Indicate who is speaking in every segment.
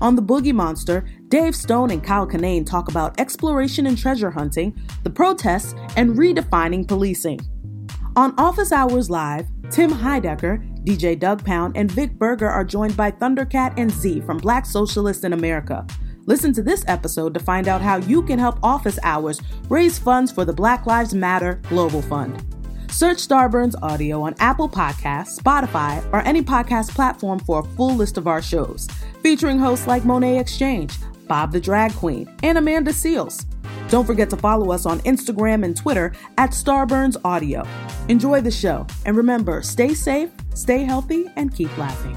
Speaker 1: On The Boogie Monster, Dave Stone and Kyle Kinane talk about exploration and treasure hunting, the protests, and redefining policing. On Office Hours Live, Tim Heidecker, DJ Doug Pound, and Vic Berger are joined by Thundercat and Z from Black Socialists in America. Listen to this episode to find out how you can help Office Hours raise funds for the Black Lives Matter Global Fund. Search Starburns Audio on Apple Podcasts, Spotify, or any podcast platform for a full list of our shows, featuring hosts like Monet Exchange, Bob the Drag Queen, and Amanda Seals. Don't forget to follow us on Instagram and Twitter at Starburns Audio. Enjoy the show, and remember stay safe, stay healthy, and keep laughing.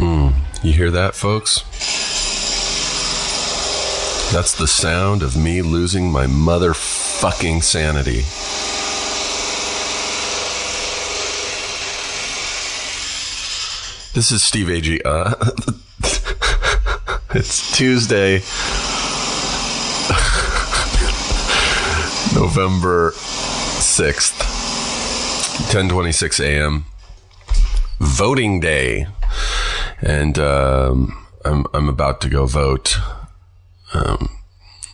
Speaker 2: You hear that, folks? That's the sound of me losing my motherfucking sanity. This is Steve Ag. Uh, it's Tuesday, November sixth, ten twenty-six a.m. Voting day and um, I'm I'm about to go vote. Um,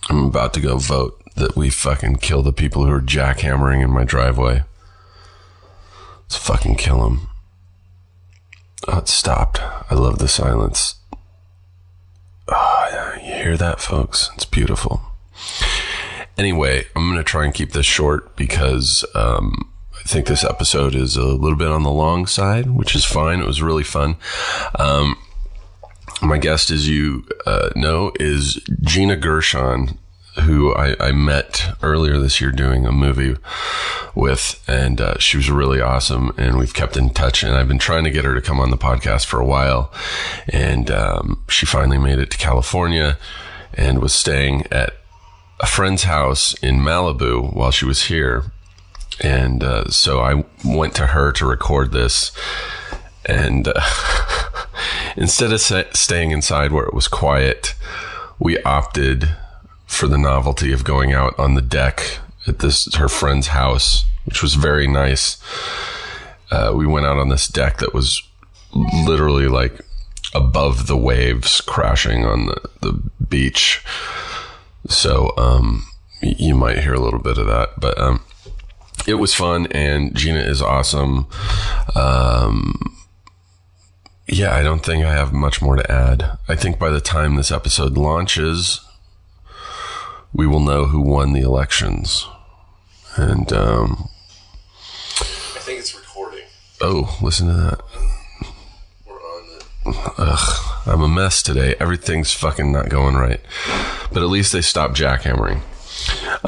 Speaker 2: I'm about to go vote that we fucking kill the people who are jackhammering in my driveway. Let's fucking kill them. Oh, it stopped. I love the silence. Oh, yeah, you hear that, folks? It's beautiful. Anyway, I'm gonna try and keep this short because um, I think this episode is a little bit on the long side, which is fine. It was really fun. Um, my guest, as you uh, know, is Gina Gershon, who I, I met earlier this year doing a movie with, and uh, she was really awesome. And we've kept in touch, and I've been trying to get her to come on the podcast for a while, and um, she finally made it to California and was staying at a friend's house in Malibu while she was here and uh, so I went to her to record this. And uh, instead of sa- staying inside where it was quiet, we opted for the novelty of going out on the deck at this her friend's house, which was very nice. Uh, we went out on this deck that was literally like above the waves crashing on the, the beach. So um, y- you might hear a little bit of that, but um, it was fun and Gina is awesome. Um, yeah, I don't think I have much more to add. I think by the time this episode launches, we will know who won the elections. And um,
Speaker 3: I think it's recording.
Speaker 2: oh, listen to that.
Speaker 3: We're on it.
Speaker 2: Ugh, I'm a mess today. Everything's fucking not going right. But at least they stopped jackhammering.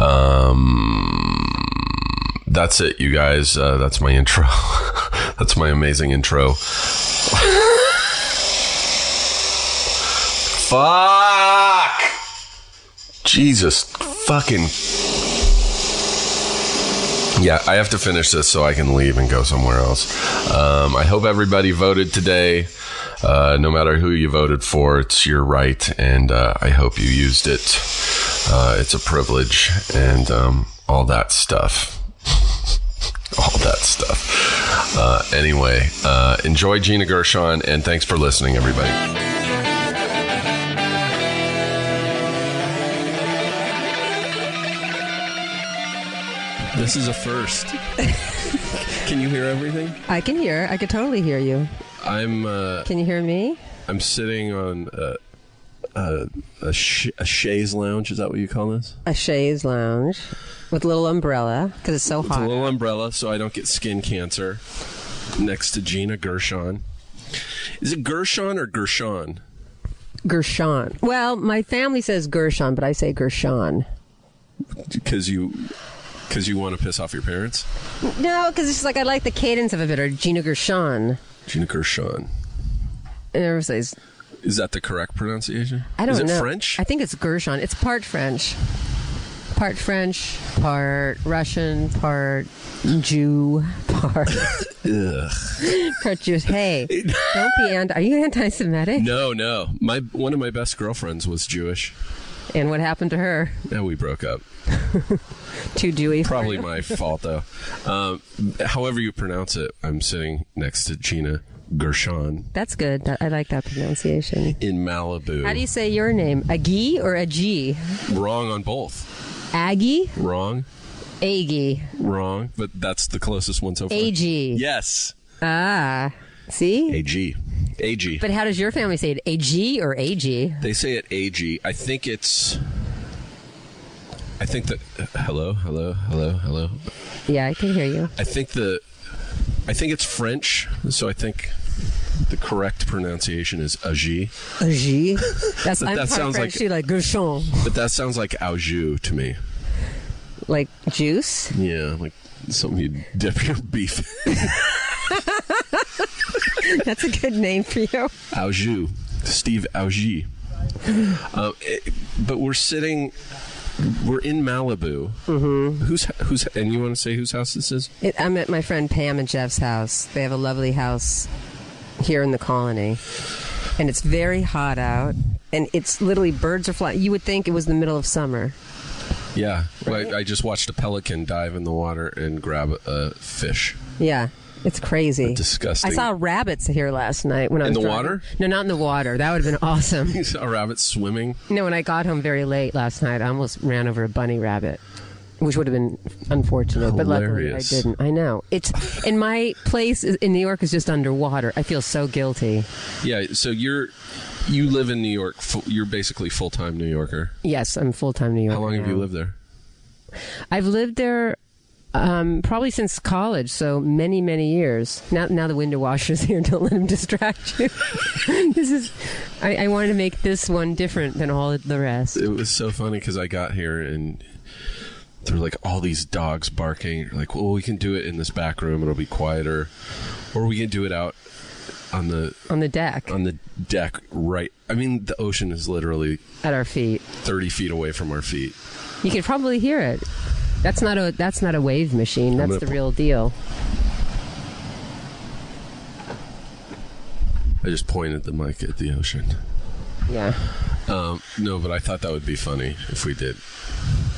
Speaker 2: Um, that's it, you guys. Uh, that's my intro. that's my amazing intro. Fuck! Jesus fucking. Yeah, I have to finish this so I can leave and go somewhere else. Um, I hope everybody voted today. Uh, no matter who you voted for, it's your right, and uh, I hope you used it. Uh, it's a privilege and um, all that stuff. Uh, anyway, uh, enjoy Gina Gershon, and thanks for listening, everybody.
Speaker 4: This is a first.
Speaker 5: Can you hear everything?
Speaker 6: I can hear. I could totally hear you.
Speaker 2: I'm uh,
Speaker 6: Can you hear me?
Speaker 2: I'm sitting on. Uh,
Speaker 5: A, sh- a chaise lounge, is that what you call this?
Speaker 6: A chaise lounge with a little umbrella because it's so
Speaker 2: It's
Speaker 6: hot.
Speaker 2: a little umbrella so I don't get skin cancer. Next to Gina Gershon. Is it Gershon or Gershon?
Speaker 6: Gershon. Well, my family says Gershon, but I say Gershon.
Speaker 2: Because you, because you want to piss off your parents.
Speaker 6: No, because it's just like I like the cadence of it better. Gina Gershon.
Speaker 2: Gina Gershon.
Speaker 6: And everyone says,
Speaker 2: Is that the correct pronunciation?
Speaker 6: I don't
Speaker 2: Is it
Speaker 6: know.
Speaker 2: French?
Speaker 6: I think it's Gershon. It's part French. Part French, part Russian, part Jew, part part Jewish. Hey, don't be anti. Are you anti-Semitic?
Speaker 2: no, no. My one of my best girlfriends was Jewish.
Speaker 6: And what happened to her?
Speaker 2: Now we broke up.
Speaker 6: Too Jewy.
Speaker 2: Probably my fault though. Um, however you pronounce it, I'm sitting next to Gina Gershon
Speaker 6: That's good. That, I like that pronunciation.
Speaker 2: in Malibu.
Speaker 6: How do you say your name? Aggie or Aggie?
Speaker 2: Wrong on both.
Speaker 6: Aggie?
Speaker 2: Wrong.
Speaker 6: Aggie.
Speaker 2: Wrong, but that's the closest one so far.
Speaker 6: Aggie.
Speaker 2: Yes.
Speaker 6: Ah. See?
Speaker 2: AG. AG.
Speaker 6: But how does your family say it? Ag or Ag?
Speaker 2: they say it AG. I think it's. I think that. hello, hello, hello, hello.
Speaker 6: Yeah, I can hear you.
Speaker 2: I think the. I think it's French, so I think the correct pronunciation is AG.
Speaker 6: Ag. That's
Speaker 2: But
Speaker 6: I'm
Speaker 2: that
Speaker 6: part
Speaker 2: sounds like-
Speaker 6: French, too, like Gershon.
Speaker 2: But that sounds like Auju to me.
Speaker 6: Like juice.
Speaker 2: Yeah, like something you dip your beef
Speaker 6: That's a good name for you.
Speaker 2: Augie, Steve Augie. Uh, it- but we're sitting, we're in Malibu. Mm-hmm. Who's who's? And you want to say whose house this is?
Speaker 6: It, I'm at my friend Pam and Jeff's house. They have a lovely house here in the colony. And it's very hot out. And it's literally birds are flying. You would think it was the middle of summer.
Speaker 2: Yeah, I, I just watched a pelican dive in the water and grab a fish.
Speaker 6: Yeah, it's crazy.
Speaker 2: Disgusting.
Speaker 6: I saw rabbits here last night when I
Speaker 2: In
Speaker 6: was
Speaker 2: the
Speaker 6: driving.
Speaker 2: water?
Speaker 6: No, not in the water. That would have been awesome.
Speaker 2: You saw a rabbit swimming.
Speaker 6: no, when I got home very late last night, I almost ran over a bunny rabbit. Which would have been unfortunate, but luckily I
Speaker 2: Hilarious.
Speaker 6: didn't. I know it's, and my place is- in New York is just underwater. I feel so guilty.
Speaker 2: Yeah, so you're you live in New York. Fu- you're basically full time New Yorker.
Speaker 6: Yes, I'm full time New York.
Speaker 2: How long have you lived there?
Speaker 6: I've lived there um, probably since college, so many, many years. Now, now the window washer's here. Don't let him distract you. this is. I, I wanted to make this one different than all of the rest.
Speaker 2: It was so funny because I got here and there were like all these dogs barking. You're like, well, we can do it in this back room; it'll be quieter, or we can do it out on the
Speaker 6: On the deck,
Speaker 2: on the deck. Right? I mean, the ocean is literally
Speaker 6: at our feet,
Speaker 2: thirty feet away from our feet.
Speaker 6: you could probably hear it. That's not a. That's not a wave machine. That's
Speaker 2: gonna
Speaker 6: the
Speaker 2: pu-
Speaker 6: real deal.
Speaker 2: I just pointed the mic at the ocean.
Speaker 6: Yeah.
Speaker 2: Um, no, but I thought that would be funny if we did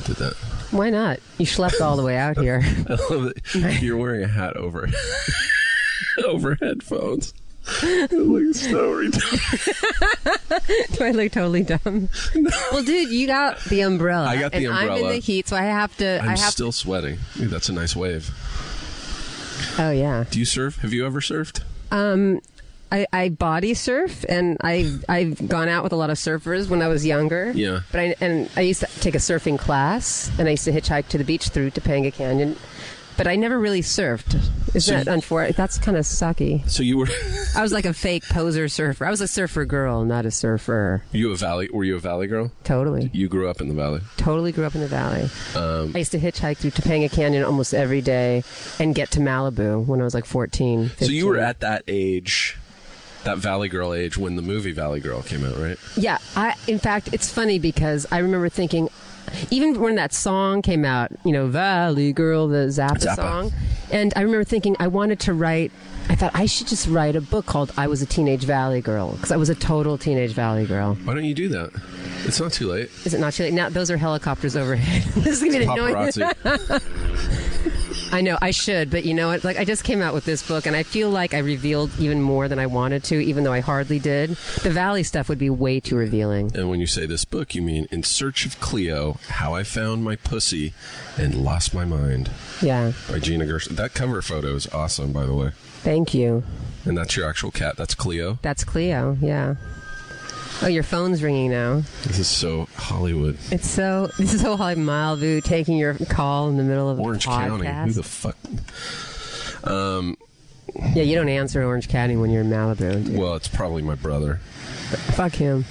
Speaker 2: did that.
Speaker 6: Why not? You schlepped all the way out here.
Speaker 2: I love it. You're wearing a hat over over headphones. It looks so retarded.
Speaker 6: Do I look totally dumb? Well, dude, you got the umbrella.
Speaker 2: I got the
Speaker 6: and I'm in
Speaker 2: umbrella.
Speaker 6: the heat, so I have to.
Speaker 2: I'm
Speaker 6: I have
Speaker 2: still sweating. Ooh, that's a nice wave.
Speaker 6: to. Oh yeah.
Speaker 2: Do you surf? Have you ever surfed?
Speaker 6: Um, I, I body surf, and I I've gone out with a lot of surfers when I was younger.
Speaker 2: Yeah.
Speaker 6: But I and I used to take a surfing class, and I used to hitchhike to the beach through Topanga Canyon. But I never really surfed. Isn't
Speaker 2: So
Speaker 6: that
Speaker 2: you-
Speaker 6: unfortunate? That's kind of sucky.
Speaker 2: So you were
Speaker 6: I was like a fake poser surfer. I was a surfer girl, not a surfer.
Speaker 2: you a valley? Were you a valley girl?
Speaker 6: Totally,
Speaker 2: You grew up in the valley.
Speaker 6: totally grew up in the valley.
Speaker 2: Um,
Speaker 6: I used to hitchhike through Topanga Canyon almost every day and get to Malibu when I was like 14.
Speaker 2: So you were
Speaker 6: 15.
Speaker 2: at that age, that valley girl age, when the movie Valley Girl came out, right?
Speaker 6: Yeah, I in fact it's funny because I remember thinking even when that song came out, you know, Valley Girl, the Zappa,
Speaker 2: Zappa.
Speaker 6: song. And I remember thinking I wanted to write I thought I should just write a book called I Was a Teenage Valley Girl because I was a total teenage Valley Girl.
Speaker 2: Why don't you do that? It's not too late.
Speaker 6: Is it not too late? Now those are helicopters overhead. this is going to be annoying.
Speaker 2: Paparazzi.
Speaker 6: I know I should, but you know what? Like I just came out with this book, and I feel like I revealed even more than I wanted to, even though I hardly did. The Valley stuff would be way too revealing.
Speaker 2: And when you say this book, you mean In Search of Cleo How I Found My Pussy and Lost My Mind
Speaker 6: Yeah,
Speaker 2: by Gina Gershon. That cover photo is awesome, by the way.
Speaker 6: thank you.
Speaker 2: And that's your actual cat. That's Cleo.
Speaker 6: That's Cleo. Yeah. Oh, your phone's ringing now.
Speaker 2: This is so Hollywood.
Speaker 6: It's so this is so Holly Malvu taking your call in the middle of
Speaker 2: Orange
Speaker 6: a
Speaker 2: County.
Speaker 6: podcast.
Speaker 2: Who the Um, fuck?
Speaker 6: yeah, you don't answer in Orange County when you're in Malibu. dude.
Speaker 2: Well, it's probably my brother.
Speaker 6: Fuck him.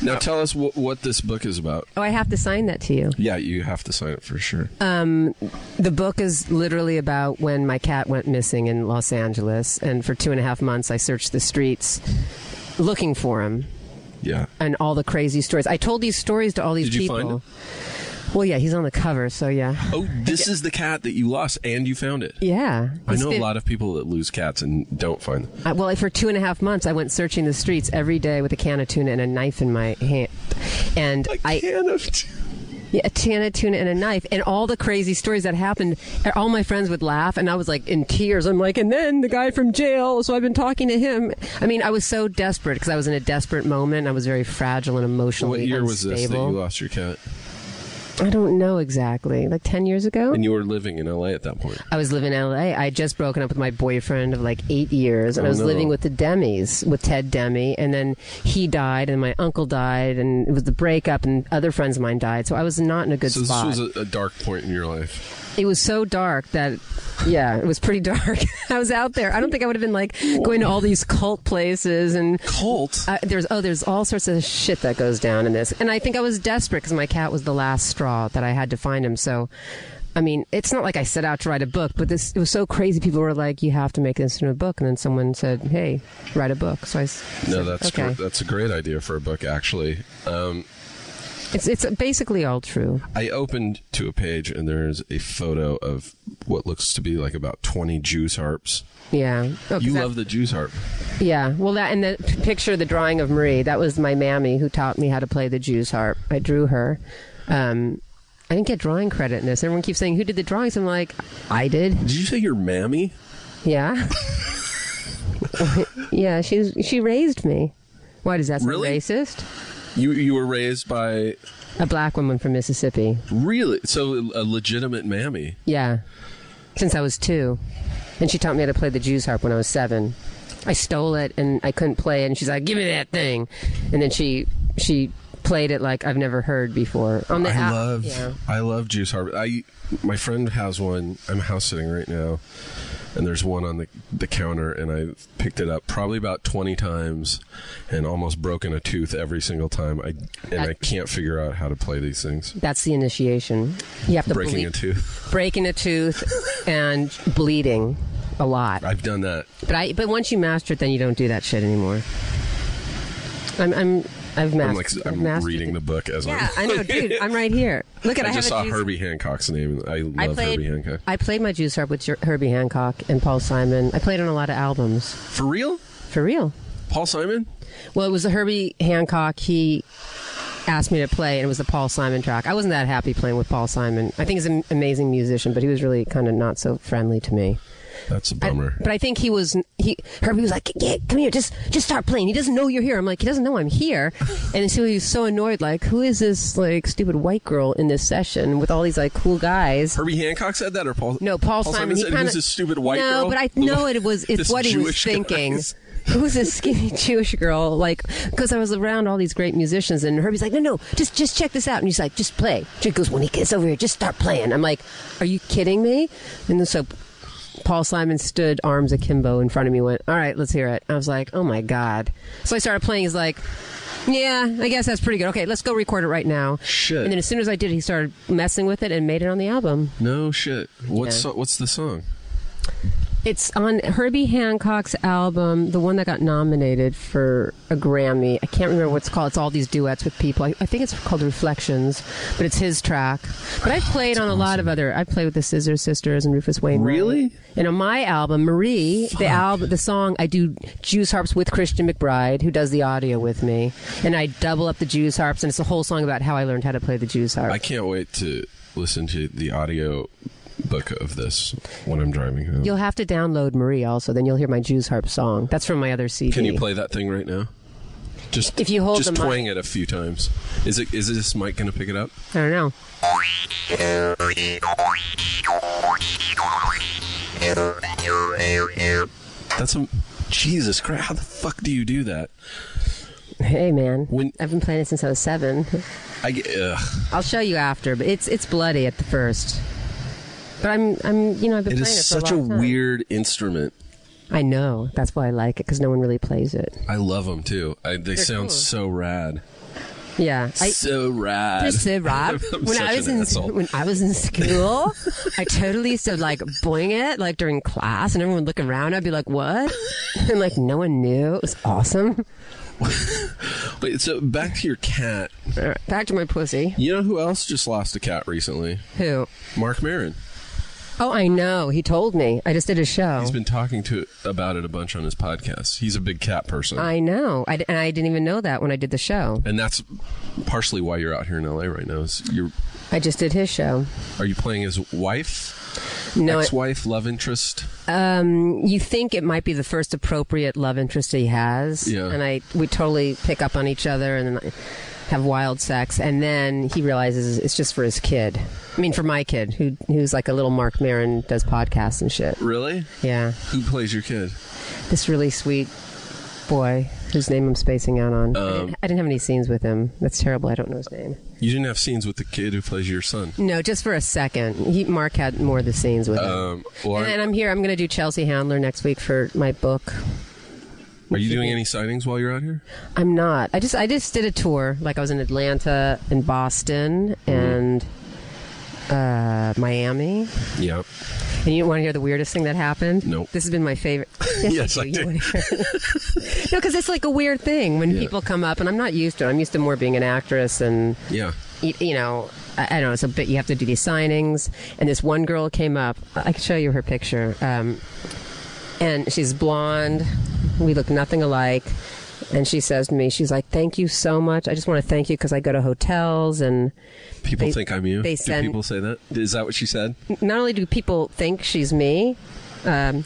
Speaker 2: Now tell us wh- what this book is about.
Speaker 6: Oh, I have to sign that to you. Um,
Speaker 2: Yeah, you have to sign it for sure.
Speaker 6: Uh, The book is literally about when my cat went missing in Los Angeles, and for two and a half months I searched the streets looking for him
Speaker 2: yeah.
Speaker 6: and all the crazy stories. I told these stories to all these
Speaker 2: Did you
Speaker 6: people.
Speaker 2: find him?
Speaker 6: Well, yeah, he's on the cover, so yeah,
Speaker 2: Oh, this is the cat that you lost and you found it.
Speaker 6: yeah.
Speaker 2: I
Speaker 6: He's
Speaker 2: know a
Speaker 6: fif-
Speaker 2: lot of people that lose cats and don't find them.
Speaker 6: I- well, for two and a half months, I went searching the streets every day with a can of tuna and a knife in my hand, and I
Speaker 2: can of t-
Speaker 6: Yeah, a can of tuna and a knife, and all the crazy stories that happened. er, All my friends would laugh, and I was like in tears. I'm like, and then the guy from jail. So I've been talking to him. I mean, I was so desperate because I was in a desperate moment. I was very fragile and emotionally
Speaker 2: What year
Speaker 6: unstable.
Speaker 2: was this that you uh, lost your cat?
Speaker 6: I don't know exactly. Like ten years ago,
Speaker 2: And you were living in LA at that point.
Speaker 6: I was living in L.A. I had just broken up with my boyfriend of like eight years, and I
Speaker 2: Oh,
Speaker 6: was
Speaker 2: no.
Speaker 6: living with the Demis, with Ted Demi, and then he died, and my uncle died, and it was the breakup, and other friends of mine died. So I was not in a good
Speaker 2: So
Speaker 6: spot.
Speaker 2: this was a, a dark point in your life.
Speaker 6: it was so dark that yeah it was pretty dark i was out there i don't think i would have been like going to all these cult places and
Speaker 2: Cult.
Speaker 6: uh, there's oh there's all sorts of shit that goes down in this and i think i was desperate because my cat was the last straw that i had to find him so i mean it's not like i set out to write a book but this it was so crazy people were like you have to make this into a book and then someone said hey write a book so i s-
Speaker 2: No,
Speaker 6: said,
Speaker 2: that's
Speaker 6: okay
Speaker 2: gr- that's a great idea for a book. Actually, um,
Speaker 6: it's, it's basically all true
Speaker 2: I opened to a page and there's a photo of what looks to be like about 20 Jew's harps.
Speaker 6: yeah Oh, 'cause
Speaker 2: You
Speaker 6: that-
Speaker 2: love the Jew's harp.
Speaker 6: Yeah, well, that and the p- picture, the drawing of Marie, that was my mammy who taught me how to play the Jew's harp. I drew her. Um, I didn't get drawing credit in this. Everyone keeps saying, "Who did the drawings?" I'm like, "I did."
Speaker 2: Did you say your mammy?
Speaker 6: Yeah, yeah. She's she raised me. Why does that sound
Speaker 2: Really?
Speaker 6: racist?
Speaker 2: You you were raised by
Speaker 6: A black woman from Mississippi.
Speaker 2: really so a legitimate mammy.
Speaker 6: Yeah, since I was two, and she taught me how to play the Jew's harp when I was seven. I stole it and I couldn't play it, and she's like, "Give me that thing," and then she she played it like I've never heard before. On the
Speaker 2: I
Speaker 6: app-
Speaker 2: love
Speaker 6: yeah.
Speaker 2: I love Jew's harp. I my friend has one. I'm house sitting right now, and there's one on the the counter, and I picked it up probably about 20 times, and almost broken a tooth every single time. I and I can't figure out how to play these things.
Speaker 6: That's the initiation. You have to
Speaker 2: Breaking
Speaker 6: bleed,
Speaker 2: a tooth.
Speaker 6: breaking a tooth, and bleeding a lot.
Speaker 2: I've done that.
Speaker 6: But I but once you master it, then you don't do that shit anymore. I'm I'm I've mastered.
Speaker 2: I'm like
Speaker 6: I've
Speaker 2: I'm
Speaker 6: mastered
Speaker 2: reading
Speaker 6: it.
Speaker 2: the book as
Speaker 6: Yeah,
Speaker 2: I'm.
Speaker 6: I know, dude. I'm right here. Look at I,
Speaker 2: I just
Speaker 6: have
Speaker 2: saw
Speaker 6: a Jew's-
Speaker 2: Herbie Hancock's name. I love
Speaker 6: I played.
Speaker 2: Herbie Hancock.
Speaker 6: I played my Juice Harp with Jer- Herbie Hancock and Paul Simon. I played on a lot of albums
Speaker 2: For real?
Speaker 6: for real.
Speaker 2: Paul Simon?
Speaker 6: Well, it was the Herbie Hancock. He asked me to play, and it was the Paul Simon track. I wasn't that happy playing with Paul Simon. I think he's an amazing musician, but he was really kind of not so friendly to me.
Speaker 2: That's a
Speaker 6: I-
Speaker 2: bummer.
Speaker 6: but I think he was he Herbie was like, yeah, come here, just just start playing. He doesn't know you're here. I'm like, he doesn't know I'm here, and so he was so annoyed. Like, who is this like stupid white girl in this session with all these like cool guys?
Speaker 2: Herbie Hancock said that, or Paul?
Speaker 6: No, Paul, Simon. he
Speaker 2: said,
Speaker 6: kinda,
Speaker 2: "Who's this stupid white
Speaker 6: no,
Speaker 2: girl?"
Speaker 6: but I
Speaker 2: The
Speaker 6: know
Speaker 2: one-
Speaker 6: it was.
Speaker 2: this
Speaker 6: It's what he was
Speaker 2: Jewish
Speaker 6: thinking.
Speaker 2: guy's-
Speaker 6: Who's this skinny Jewish girl? Like, because I was around all these great musicians, and Herbie's like, no, no, just just check this out. And he's like, just play. He goes, when he gets over here, just start playing. I'm like, are you kidding me? And then so Paul Simon stood arms akimbo in front of me, went, all right, let's hear it. I was like, oh my God. So I started playing. He's like, yeah, I guess that's pretty good. Okay, let's go record it right now.
Speaker 2: Shit.
Speaker 6: And then as soon as I did, he started messing with it and made it on the album.
Speaker 2: No shit. What's
Speaker 6: Yeah.
Speaker 2: so- what's the song?
Speaker 6: It's on Herbie Hancock's album, the one that got nominated for a Grammy. I can't remember what it's called. It's all these duets with people. I, I think it's called Reflections, but it's his track. But I've played on a lot of other. I played with the Scissor Sisters and Rufus Wainwright.
Speaker 2: Really?
Speaker 6: And on my album, Marie, the album, the song, I do Jews harps with Christian McBride, who does the audio with me, and I double up the Jews harps, and it's a whole song about how I learned how to play the Jews harp.
Speaker 2: I can't wait to listen to the audio book of this when I'm driving home.
Speaker 6: You'll have to download Marie also, then you'll hear my Jews harp song. That's from my other CD.
Speaker 2: Can you play that thing right now? Just
Speaker 6: If you hold
Speaker 2: just
Speaker 6: the mic.
Speaker 2: twang it a few times. Is it is this mic going to pick it up?
Speaker 6: I don't know.
Speaker 2: That's a Jesus Christ! How the fuck do you do that?
Speaker 6: Hey man,
Speaker 2: When-
Speaker 6: I've been playing it since I was seven.
Speaker 2: I get- ugh.
Speaker 6: I'll show you after, but it's it's bloody at the first. But I'm I'm you know I've been
Speaker 2: It
Speaker 6: playing
Speaker 2: is
Speaker 6: it for
Speaker 2: such a,
Speaker 6: a, long time.
Speaker 2: weird instrument.
Speaker 6: I know that's why I like it because no one really plays it.
Speaker 2: I love them too. I, they sound
Speaker 6: cool.
Speaker 2: so rad.
Speaker 6: Yeah, I,
Speaker 2: so rad.
Speaker 6: Just say Rob.
Speaker 2: I'm
Speaker 6: when
Speaker 2: such
Speaker 6: I was
Speaker 2: an
Speaker 6: in
Speaker 2: asshole.
Speaker 6: when I was in school, I totally used to like boing it like during class, and everyone would look around. I'd be like, "What?" And like no one knew. It was awesome.
Speaker 2: Wait, so back to your cat.
Speaker 6: All right, back to my pussy.
Speaker 2: You know who else just lost a cat recently?
Speaker 6: Who?
Speaker 2: Mark Marin.
Speaker 6: Oh, I know. He told me. I just did a show.
Speaker 2: He's been talking to about it a bunch on his podcast. He's a big cat person,
Speaker 6: I know. I, d- and I didn't even know that when I did the show.
Speaker 2: and that's partially why you're out here in LA right now. Is you're
Speaker 6: I just did his show.
Speaker 2: are you playing his wife,
Speaker 6: No, it-
Speaker 2: ex-wife, love interest?
Speaker 6: um, you think it might be the first appropriate love interest he has,
Speaker 2: Yeah.
Speaker 6: and I we totally pick up on each other and then have wild sex, and then he realizes it's just for his kid. I mean, for my kid, who who's like a little Mark Maron, does podcasts and shit.
Speaker 2: Really?
Speaker 6: Yeah,
Speaker 2: Who plays your kid?
Speaker 6: this really sweet boy whose name I'm spacing out on. I, didn't, I didn't have any scenes with him. That's terrible. I don't know his name.
Speaker 2: You didn't have scenes with the kid who plays your son.
Speaker 6: No, just for a second. He, Mark had more of the scenes with him.
Speaker 2: Um, well,
Speaker 6: And, and I'm here. I'm going to do Chelsea Handler next week for my book.
Speaker 2: are you doing any sightings while you're out here?
Speaker 6: I'm not. I just I just did a tour. Like I was in Atlanta and Boston and
Speaker 2: Mm-hmm.
Speaker 6: uh, Miami.
Speaker 2: Yeah.
Speaker 6: And you want to hear the weirdest thing that happened?
Speaker 2: Nope.
Speaker 6: This has been my favorite.
Speaker 2: Yes, I
Speaker 6: you- you
Speaker 2: did.
Speaker 6: wanna hear it? no, because it's like a weird thing when
Speaker 2: Yeah.
Speaker 6: people come up, and I'm not used to it. I'm used to more being an actress and
Speaker 2: Yeah.
Speaker 6: you, you know, I, I don't know, it's a bit, you have to do these signings. And this one girl came up, I could show you her picture. Um, and she's blonde. We look nothing alike. And she says to me, she's like, thank you so much. I just want to thank you because I go to hotels. And
Speaker 2: People
Speaker 6: They-
Speaker 2: think I'm you. Do
Speaker 6: they send-
Speaker 2: people say that? Is that what she said?
Speaker 6: not only do people think she's me, um,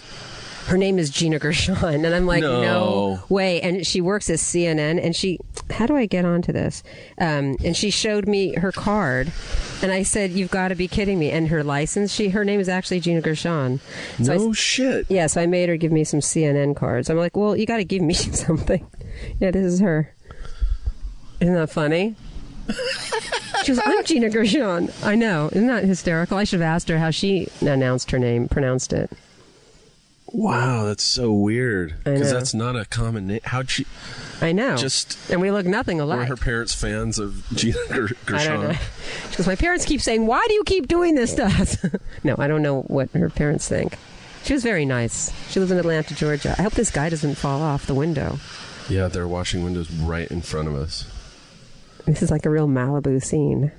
Speaker 6: her name is Gina Gershon. And I'm like, no.
Speaker 2: No.
Speaker 6: way. And she works at CNN. And she, how do I get onto this? Um, and she showed me her card. And I said, you've got to be kidding me. And her license, she, her name is actually Gina Gershon. So I,
Speaker 2: no
Speaker 6: s-
Speaker 2: shit.
Speaker 6: yeah, so I made her give me some CNN cards. I'm like, well, you got to give me something. Yeah, this is her. Isn't that funny? she was, I'm Gina Gershon. I know. Isn't that hysterical? I should have asked her how she announced her name, pronounced it.
Speaker 2: Wow, that's so weird.
Speaker 6: I
Speaker 2: Because
Speaker 6: know.
Speaker 2: that's not a common name. How'd she?
Speaker 6: I know.
Speaker 2: Just-
Speaker 6: and we look nothing
Speaker 2: Were
Speaker 6: alike.
Speaker 2: her parents fans of Gina Ger-
Speaker 6: I don't know.
Speaker 2: Gershon?
Speaker 6: She goes, my parents keep saying, "Why do you keep doing this to us?" no, I don't know what her parents think. She was very nice. She lives in Atlanta, Georgia. I hope this guy doesn't fall off the window.
Speaker 2: Yeah, they're washing windows right in front of us.
Speaker 6: This is like a real Malibu scene.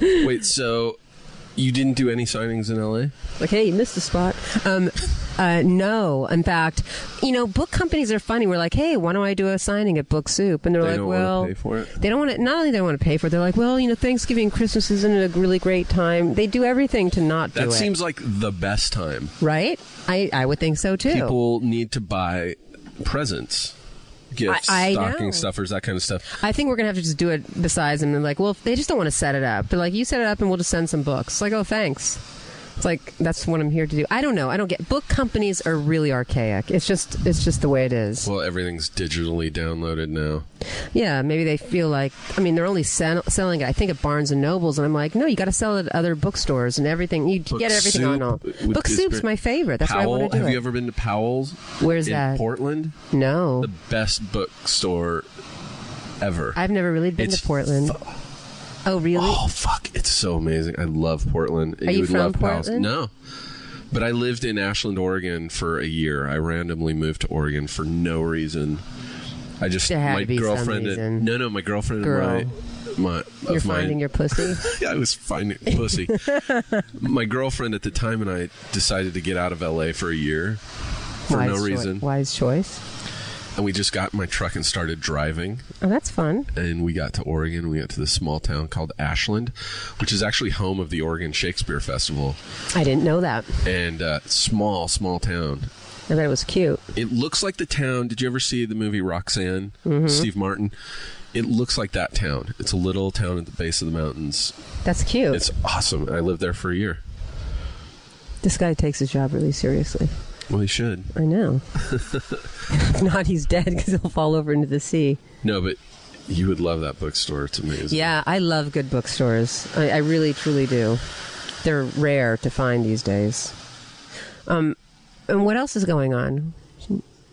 Speaker 2: Wait, so you didn't do any signings in LA?
Speaker 6: like, hey, you missed a spot. Um, uh, no, in fact, you know, book companies are funny. We're like, hey, why don't I do a signing at Book Soup? And they're
Speaker 2: They
Speaker 6: like,
Speaker 2: don't wanna
Speaker 6: well,
Speaker 2: pay for it?
Speaker 6: they don't want to. Not only they want to pay for it, they're like, well, you know, Thanksgiving, Christmas isn't a really great time. They do everything to not do
Speaker 2: That
Speaker 6: it,
Speaker 2: seems like the best time.
Speaker 6: right? I I would think so too.
Speaker 2: People need to buy presents, gifts,
Speaker 6: I- I
Speaker 2: stocking
Speaker 6: know.
Speaker 2: stuffers, that kind of stuff.
Speaker 6: I think we're gonna have to just do it besides them. They're like, well, they just don't want to set it up. They're like, you set it up, and we'll just send some books. It's like, oh, thanks. It's like that's what I'm here to do. I don't know. I don't get. Book companies are really archaic. It's just it's just the way it is.
Speaker 2: Well, everything's digitally downloaded now.
Speaker 6: Yeah, maybe they feel like I mean they're only sell- selling it. I think at Barnes and Nobles, and I'm like, no, you got to sell it at other bookstores and everything. You
Speaker 2: Book
Speaker 6: get everything
Speaker 2: Soup
Speaker 6: on all.
Speaker 2: with-
Speaker 6: Book
Speaker 2: is
Speaker 6: Soup's
Speaker 2: great.
Speaker 6: my favorite. That's why I
Speaker 2: Powell,
Speaker 6: want to do
Speaker 2: have
Speaker 6: it.
Speaker 2: you ever been to Powell's?
Speaker 6: Where's
Speaker 2: in
Speaker 6: that?
Speaker 2: Portland,
Speaker 6: no,
Speaker 2: the best bookstore ever.
Speaker 6: I've never really been
Speaker 2: It's
Speaker 6: to Portland. oh, really?
Speaker 2: Oh fuck! It's so amazing. I love Portland.
Speaker 6: Are you
Speaker 2: would
Speaker 6: from
Speaker 2: love Pals-
Speaker 6: Portland?
Speaker 2: No, but I lived in Ashland, Oregon for a year. I randomly moved to Oregon for no reason. I just
Speaker 6: There had
Speaker 2: my
Speaker 6: to be some
Speaker 2: girlfriend. and-
Speaker 6: reason.
Speaker 2: no, no, my girlfriend.
Speaker 6: Girl.
Speaker 2: And my, my
Speaker 6: You're
Speaker 2: of mine-
Speaker 6: finding your pussy.
Speaker 2: I was finding pussy. my girlfriend at the time and I decided to get out of LA for a year for
Speaker 6: wise
Speaker 2: no
Speaker 6: choi-
Speaker 2: reason.
Speaker 6: Wise choice.
Speaker 2: And we just got in my truck and started driving.
Speaker 6: Oh, that's fun.
Speaker 2: And we got to Oregon. We got to this small town called Ashland, which is actually home of the Oregon Shakespeare Festival.
Speaker 6: I didn't know that.
Speaker 2: And uh, small, small town.
Speaker 6: I bet it was cute.
Speaker 2: It looks like the town. Did you ever see the movie Roxanne?
Speaker 6: Mm-hmm.
Speaker 2: Steve Martin. It looks like that town. It's a little town at the base of the mountains.
Speaker 6: That's cute.
Speaker 2: It's awesome. I lived there for a year.
Speaker 6: this guy takes his job really seriously.
Speaker 2: Well, he should.
Speaker 6: I know. if not, he's dead because he'll fall over into the sea.
Speaker 2: No, but you would love that bookstore. It's amazing.
Speaker 6: Yeah, I love good bookstores. I, I really, truly do. They're rare to find these days. Um, and what else is going on?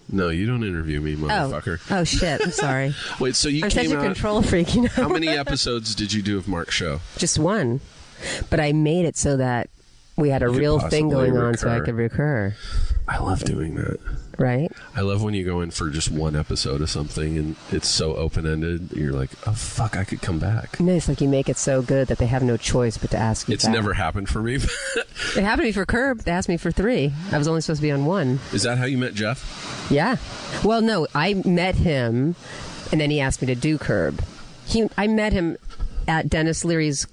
Speaker 2: No, you don't interview me, motherfucker.
Speaker 6: Oh, oh shit! I'm sorry.
Speaker 2: Wait, so you
Speaker 6: I'm such
Speaker 2: came
Speaker 6: a
Speaker 2: out.
Speaker 6: control freak, you know.
Speaker 2: How many episodes did you do of Mark's show?
Speaker 6: Just one, but I made it so that we had a
Speaker 2: could
Speaker 6: real thing
Speaker 2: possibly
Speaker 6: going on, so I
Speaker 2: recur.
Speaker 6: could recur.
Speaker 2: I love doing that.
Speaker 6: Right?
Speaker 2: I love when you go in for just one episode of something and it's so open ended. You're like, oh fuck, I could come back.
Speaker 6: No, it's like you make it so good that they have no choice but to ask you.
Speaker 2: It's
Speaker 6: back.
Speaker 2: never happened for me.
Speaker 6: It happened to me for Curb. They asked me for three. I was only supposed to be on one.
Speaker 2: Is that how you met Jeff?
Speaker 6: Yeah. Well, no, I met him, and then he asked me to do Curb. He, I met him at Dennis Leary's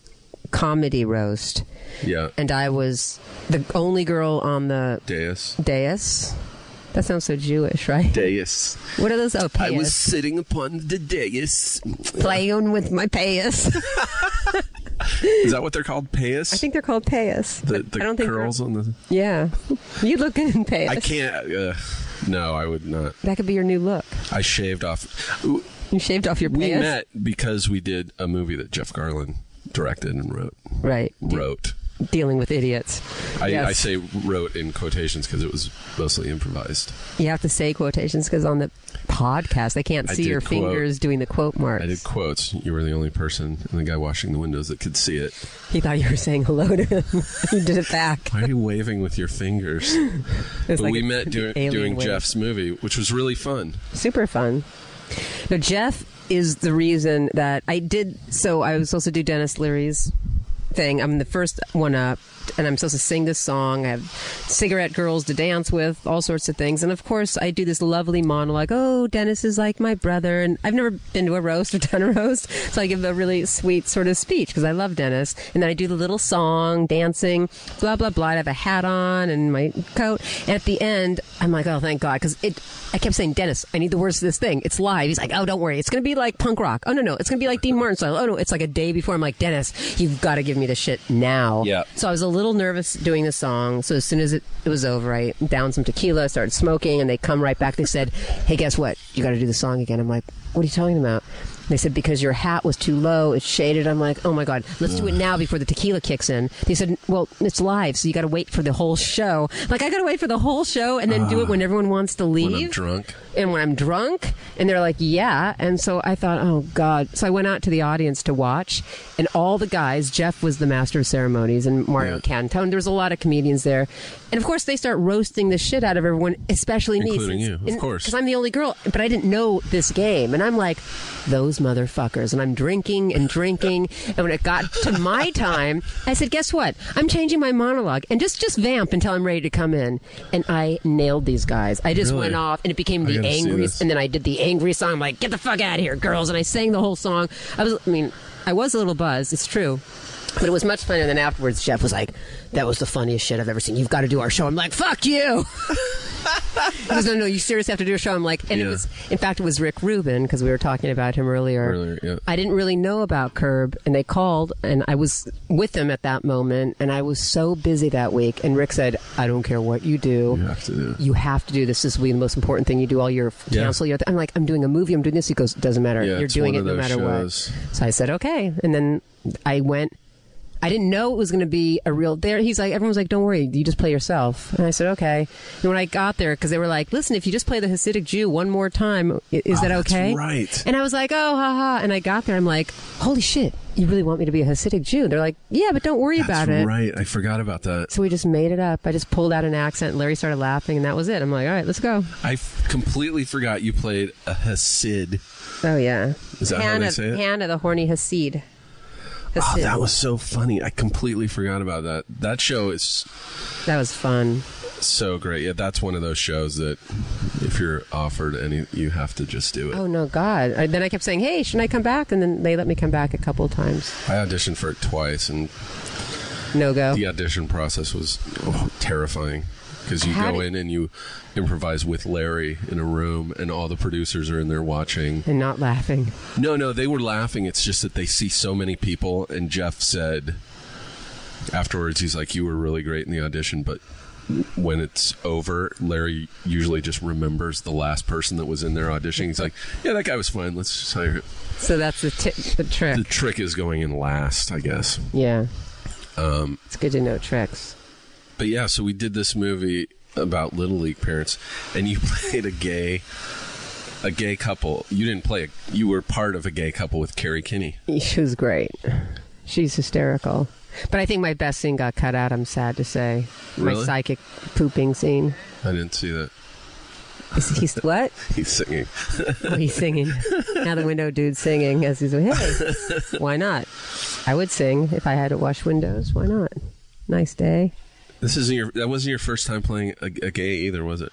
Speaker 6: comedy roast,
Speaker 2: Yeah.
Speaker 6: and I was the only girl on the
Speaker 2: Deus.
Speaker 6: dais. That sounds so Jewish, right?
Speaker 2: Deus.
Speaker 6: what are those? Oh,
Speaker 2: I was
Speaker 6: payas.
Speaker 2: sitting upon the dais.
Speaker 6: Playing with my payas.
Speaker 2: Is that what they're called? Payas?
Speaker 6: I think they're called payas.
Speaker 2: the, the
Speaker 6: I don't think
Speaker 2: curls on the.
Speaker 6: Yeah, you look good in payas.
Speaker 2: I can't. Uh, no, I would not.
Speaker 6: That could be your new look.
Speaker 2: I shaved off.
Speaker 6: You shaved off your
Speaker 2: We
Speaker 6: payas.
Speaker 2: met because we did a movie that Jeff Garland directed and wrote.
Speaker 6: Right.
Speaker 2: Wrote.
Speaker 6: Dealing with idiots.
Speaker 2: I,
Speaker 6: Yes.
Speaker 2: I say wrote in quotations because it was mostly improvised.
Speaker 6: You have to say quotations because on the podcast they can't
Speaker 2: I
Speaker 6: see
Speaker 2: did
Speaker 6: your
Speaker 2: quote-
Speaker 6: fingers doing the quote marks.
Speaker 2: I did quotes. You were the only person and the guy washing the windows that could see it.
Speaker 6: He thought you were saying hello to him. you did it back.
Speaker 2: Why are you waving with your fingers?
Speaker 6: It
Speaker 2: But
Speaker 6: was like
Speaker 2: we
Speaker 6: a-
Speaker 2: met doing,
Speaker 6: alien
Speaker 2: doing
Speaker 6: wave.
Speaker 2: Jeff's movie, which was really fun.
Speaker 6: Super fun. Now Jeff is the reason that I did. So I was supposed to do Dennis Leary's thing. I'm the first one up, and I'm supposed to sing this song. I have cigarette girls to dance with, all sorts of things, and of course I do this lovely monologue. Oh, Dennis is like my brother, and I've never been to a roast or done a roast, so I give a really sweet sort of speech because I love Dennis, and then I do the little song, dancing, blah blah blah. I have a hat on and my coat. And at the end, I'm like, oh, thank God, because it. I kept saying, Dennis, I need the words to this thing. It's live. He's like, oh, don't worry, it's gonna be like punk rock. Oh no, no, it's gonna be like Dean Martin style. Oh no, it's like a day before. I'm like, Dennis, you've got to give me the shit now.
Speaker 2: Yeah.
Speaker 6: So I was a little nervous doing the song. So as soon as it, it was over, I downed some tequila, started smoking, and they come right back. They said, hey, guess what? You got to do the song again. I'm like, what are you talking about? They said because your hat was too low, it's shaded. I'm like, oh my god, let's do it now before the tequila kicks in. They said, well, it's live, so you got to wait for the whole show. I'm like I got to wait for the whole show and then do it when everyone wants to leave
Speaker 2: When I'm drunk,
Speaker 6: and when I'm drunk, and they're like, yeah. And so I thought, oh God. So I went out to the audience to watch, and all the guys, Jeff was the master of ceremonies, and Mario Cantone, there was a lot of comedians there. And of course, they start roasting the shit out of everyone, especially me.
Speaker 2: Including you, of course.
Speaker 6: Because I'm the only girl, but I didn't know this game. And I'm like, those motherfuckers. And I'm drinking and drinking. and when it got to my time, I said, guess what? I'm changing my monologue and just, just vamp until I'm ready to come in. And I nailed these guys. I just
Speaker 2: Really?
Speaker 6: went off, and it became
Speaker 2: I
Speaker 6: the
Speaker 2: gotta see
Speaker 6: angry,
Speaker 2: this.
Speaker 6: and then I did the angry song. I'm like, get the fuck out of here, girls! And I sang the whole song. I was, I mean, I was a little buzzed. It's true. But it was much funnier than afterwards. Jeff was like, "That was the funniest shit I've ever seen. You've got to do our show." I'm like, "Fuck you!" he goes, "No, no, you seriously have to do a show." I'm like, and it
Speaker 2: Yeah.
Speaker 6: was, in fact, it was Rick Rubin because we were talking about him earlier.
Speaker 2: Earlier, yeah.
Speaker 6: I didn't really know about Curb, and they called, and I was with them at that moment, and I was so busy that week. And Rick said, "I don't care what you do,
Speaker 2: you have to do.
Speaker 6: you have to do this. This will be the most important thing you do all year.
Speaker 2: Yeah.
Speaker 6: Cancel your. Th- I'm like, I'm doing a movie. I'm doing this. He goes, doesn't matter.
Speaker 2: Yeah,
Speaker 6: You're
Speaker 2: it's
Speaker 6: doing
Speaker 2: one
Speaker 6: it
Speaker 2: of
Speaker 6: no
Speaker 2: those
Speaker 6: matter
Speaker 2: shows.
Speaker 6: what. So I said, okay. And then I went. I didn't know it was going to be a real. There, he's like, everyone's like, don't worry, you just play yourself. And I said, okay. And when I got there, because they were like, listen, if you just play the Hasidic Jew one more time, i- is that
Speaker 2: Ah, that's
Speaker 6: okay?
Speaker 2: right.
Speaker 6: And I was like, oh, haha. And I got there, I'm like, holy shit, you really want me to be a Hasidic Jew? They're like, yeah, but don't worry about
Speaker 2: That's
Speaker 6: it.
Speaker 2: right. I forgot about that.
Speaker 6: So we just made it up. I just pulled out an accent, and Larry started laughing, and that was it. I'm like, all right, let's go.
Speaker 2: I f- completely forgot you played a Hasid.
Speaker 6: Oh yeah,
Speaker 2: Is that how they
Speaker 6: Hannah,
Speaker 2: say it?
Speaker 6: Hannah, the horny Hasid.
Speaker 2: Oh,
Speaker 6: Hasid.
Speaker 2: that was so funny. I completely forgot about that. That show is
Speaker 6: That was fun.
Speaker 2: so great. Yeah, that's one of those shows that if you're offered any, you have to just do it.
Speaker 6: Oh no, God! I, then I kept saying, "Hey, shouldn't I come back?" And then they let me come back a couple times.
Speaker 2: I auditioned for it twice, and
Speaker 6: No go.
Speaker 2: the audition process was oh, terrifying because you
Speaker 6: How
Speaker 2: go
Speaker 6: do-
Speaker 2: in and you improvise with Larry in a room, and all the producers are in there watching.
Speaker 6: And not laughing.
Speaker 2: No, no, they were laughing. It's just that they see so many people, and Jeff said afterwards, he's like, "You were really great in the audition, but." When it's over, Larry usually just remembers the last person that was in there auditioning. He's like, "Yeah, that guy was fine. Let's just hire him."
Speaker 6: So that's the tip, the trick.
Speaker 2: The trick is going in last, I guess.
Speaker 6: yeah. Um, it's good to know tricks.
Speaker 2: But yeah, so we did this movie about little league parents, and you played a gay, a gay couple. You didn't play. A, you were part of a gay couple with Carrie Kinney.
Speaker 6: She was great. She's hysterical. But I think my best scene got cut out. I'm sad to say. My
Speaker 2: Really?
Speaker 6: psychic pooping scene.
Speaker 2: I didn't see that.
Speaker 6: Is- He's what?
Speaker 2: He's singing.
Speaker 6: Oh, he's singing. Now the window dude's singing as he's like, hey, why not? I would sing if I had to wash windows. Why not? Nice day.
Speaker 2: This isn't your. That wasn't your first time playing a, a gay either, was it?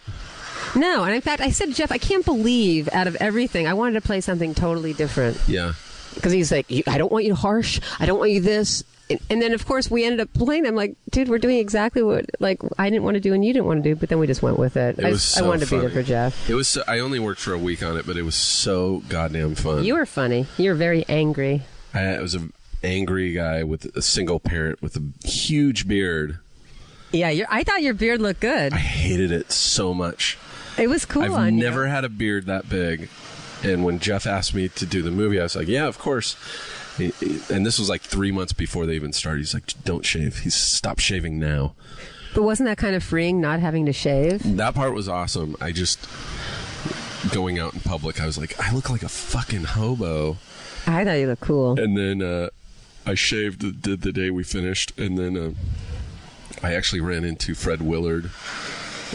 Speaker 6: No, and in fact, I said, Jeff, I can't believe out of everything, I wanted to play something totally different.
Speaker 2: Yeah.
Speaker 6: Because he's like, you, I don't want you harsh. I don't want you this. And, and then, of course, we ended up playing. I'm like, dude, we're doing exactly what like I didn't want to do and you didn't want to do, but then we just went with it.
Speaker 2: It
Speaker 6: I,
Speaker 2: was.
Speaker 6: I
Speaker 2: so
Speaker 6: wanted to be there
Speaker 2: funny.
Speaker 6: for Jeff.
Speaker 2: It was. So, I only worked for a week on it, but it was so goddamn fun.
Speaker 6: You were funny. You were very angry.
Speaker 2: I was a angry guy with a single parent with a huge beard.
Speaker 6: Yeah, you're, I thought your beard looked good.
Speaker 2: I hated it so much.
Speaker 6: It was cool
Speaker 2: I've
Speaker 6: on you.
Speaker 2: never had a beard that big. And when Jeff asked me to do the movie, I was like, "Yeah, of course." He- he- And this was like three months before they even started. He's like, "Don't shave." He's stop shaving now.
Speaker 6: But wasn't that kind of freeing not having to shave?
Speaker 2: That part was awesome. I just going out in public, I was like, "I look like a fucking hobo."
Speaker 6: I thought you looked cool.
Speaker 2: And then uh, I shaved the, the, the day we finished, and then uh, I actually ran into Fred Willard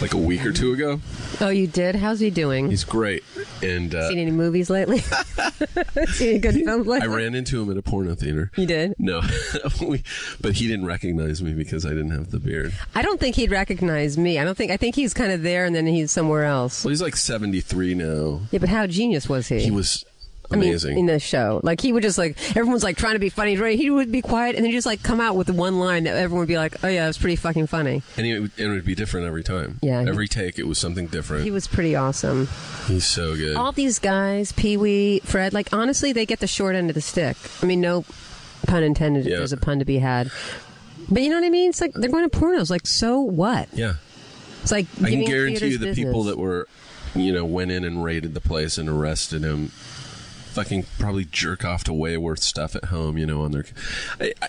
Speaker 2: like a week or two ago.
Speaker 6: Oh, you did? How's he doing?
Speaker 2: He's great, and uh,
Speaker 6: Seen any movies lately? Seen any good films
Speaker 2: I
Speaker 6: lately?
Speaker 2: ran into him at a porno theater.
Speaker 6: You did?
Speaker 2: No, We- but he didn't recognize me because I didn't have the beard.
Speaker 6: I don't think he'd recognize me. I don't think. I think he's kind of there, and then he's somewhere else.
Speaker 2: Well, he's like 73 now.
Speaker 6: Yeah, but how genius was he?
Speaker 2: He was
Speaker 6: I mean,
Speaker 2: amazing.
Speaker 6: in the show. Like he would just like everyone's like trying to be funny. right? He would be quiet, and then just like come out with one line that everyone would be like, "Oh yeah, it was pretty fucking funny."
Speaker 2: and, it would, and it would be different every time.
Speaker 6: Yeah, he-
Speaker 2: Every take, it was something different.
Speaker 6: He was pretty awesome.
Speaker 2: he's so good.
Speaker 6: All these guys, Pee Wee, Fred, like honestly, they get the short end of the stick. I mean, no pun intended.
Speaker 2: Yeah.
Speaker 6: If there's a pun to be had. But you know what I mean? It's like they're going to pornos. Like, so what?
Speaker 2: yeah.
Speaker 6: It's like
Speaker 2: I can
Speaker 6: giving
Speaker 2: guarantee
Speaker 6: theaters
Speaker 2: you the
Speaker 6: business.
Speaker 2: people that were, you know, went in and raided the place and arrested him fucking probably jerk off to way worse stuff at home, you know, on their. I, I,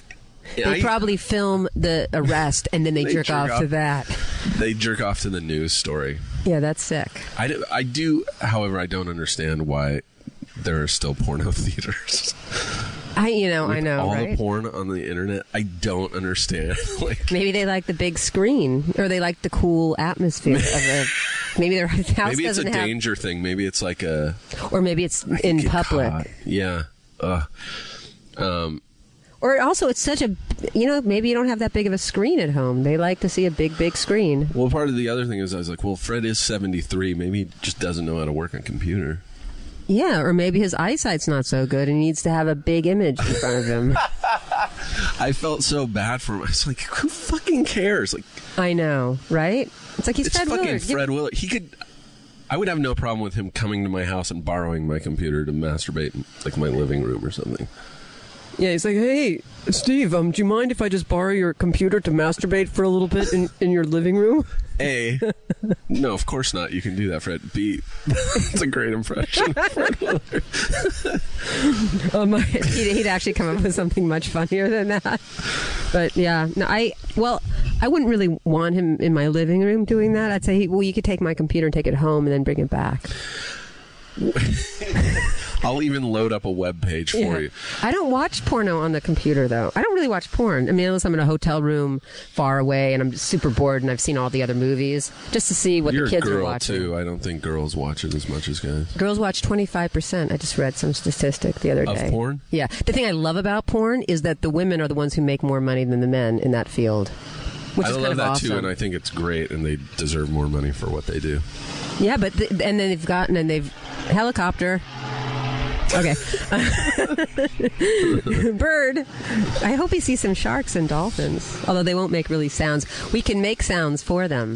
Speaker 6: They
Speaker 2: I-
Speaker 6: probably film the arrest and then they,
Speaker 2: They
Speaker 6: jerk,
Speaker 2: jerk
Speaker 6: off, to
Speaker 2: off.
Speaker 6: that.
Speaker 2: they jerk off to the news story.
Speaker 6: Yeah, that's sick.
Speaker 2: I do, I do, however, I don't understand why there are still porno theaters.
Speaker 6: I, you know, I know,
Speaker 2: All
Speaker 6: right?
Speaker 2: the porn on the internet, I don't understand. like,
Speaker 6: maybe they like the big screen or they like the cool atmosphere of a. Maybe their house
Speaker 2: maybe it's a
Speaker 6: doesn't have,
Speaker 2: danger thing. Maybe it's like a
Speaker 6: or maybe it's in
Speaker 2: get
Speaker 6: public,
Speaker 2: caught. Yeah. Uh,
Speaker 6: or also it's such a, you know, maybe you don't have that big of a screen at home. They like to see a big, big screen.
Speaker 2: well, part of the other thing is I was like, well, Fred is seventy three. Maybe he just doesn't know how to work on a computer.
Speaker 6: Yeah, or maybe his eyesight's not so good and he needs to have a big image in front of him.
Speaker 2: I felt so bad for him. I was like, who fucking cares? Like,
Speaker 6: I know, right? It's like he's
Speaker 2: it's
Speaker 6: Fred
Speaker 2: fucking
Speaker 6: Willard. Give-
Speaker 2: Fred Willard. He could. I would have no problem with him coming to my house and borrowing my computer to masturbate, in, like my living room or something.
Speaker 6: Yeah, he's like, hey, Steve, um, do you mind if I just borrow your computer to masturbate for a little bit in, in your living room?
Speaker 2: A. no, of course not. You can do that, Fred. B. It's a great impression.
Speaker 6: Um, he'd, he'd actually come up with something much funnier than that. But yeah, no, I, well, I wouldn't really want him in my living room doing that. I'd say, well, you could take my computer and take it home and then bring it back.
Speaker 2: I'll even load up a web page for you.
Speaker 6: I don't watch porno on the computer though. I don't really watch porn. I mean, unless I'm in a hotel room far away and I'm just super bored and I've seen all the other movies just to see what
Speaker 2: You're
Speaker 6: the
Speaker 2: a
Speaker 6: kids are
Speaker 2: girl
Speaker 6: watching.
Speaker 2: too. I don't think girls watch it as much as guys.
Speaker 6: Girls watch 25%. I just read some statistic the other
Speaker 2: Of
Speaker 6: day.
Speaker 2: porn?
Speaker 6: Yeah. The thing I love about porn is that the women are the ones who make more money than the men in that field. which
Speaker 2: I
Speaker 6: is kind
Speaker 2: love
Speaker 6: of
Speaker 2: that
Speaker 6: awesome.
Speaker 2: too, and I think it's great, and they deserve more money for what they do.
Speaker 6: Yeah, but th- and then they've gotten and they've helicopter. Okay, bird. I hope we see some sharks and dolphins. Although they won't make really sounds, we can make sounds for them.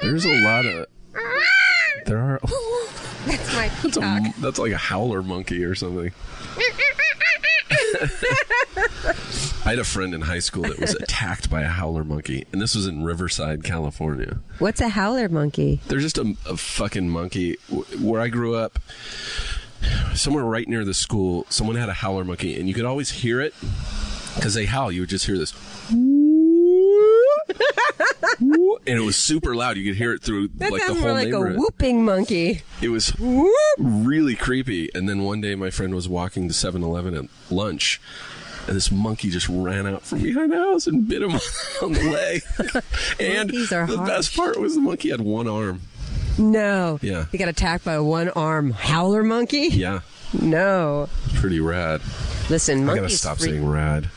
Speaker 2: There's a lot of there are.
Speaker 6: That's my
Speaker 2: That's, a, that's like a howler monkey or something. I had a friend in high school that was attacked by a howler monkey, and this was in Riverside, California.
Speaker 6: What's a howler monkey?
Speaker 2: They're just a, a fucking monkey. W- Where I grew up, somewhere right near the school, someone had a howler monkey, and you could always hear it because they howl. You would just hear this. and it was super loud. You could hear it through
Speaker 6: That
Speaker 2: like the
Speaker 6: sounds
Speaker 2: whole
Speaker 6: more like a
Speaker 2: neighborhood.
Speaker 6: whooping monkey.
Speaker 2: It was really creepy. And then one day, my friend was walking to 7 Eleven at lunch, and this monkey just ran out from behind the house and bit him on the leg. and
Speaker 6: Monkeys are
Speaker 2: the
Speaker 6: harsh.
Speaker 2: best part was the monkey had one arm.
Speaker 6: No.
Speaker 2: Yeah.
Speaker 6: He got attacked by a one-arm howler monkey.
Speaker 2: Yeah,
Speaker 6: No.
Speaker 2: pretty rad.
Speaker 6: Listen,
Speaker 2: I
Speaker 6: monkeys.
Speaker 2: gotta stop
Speaker 6: freak-
Speaker 2: saying rad.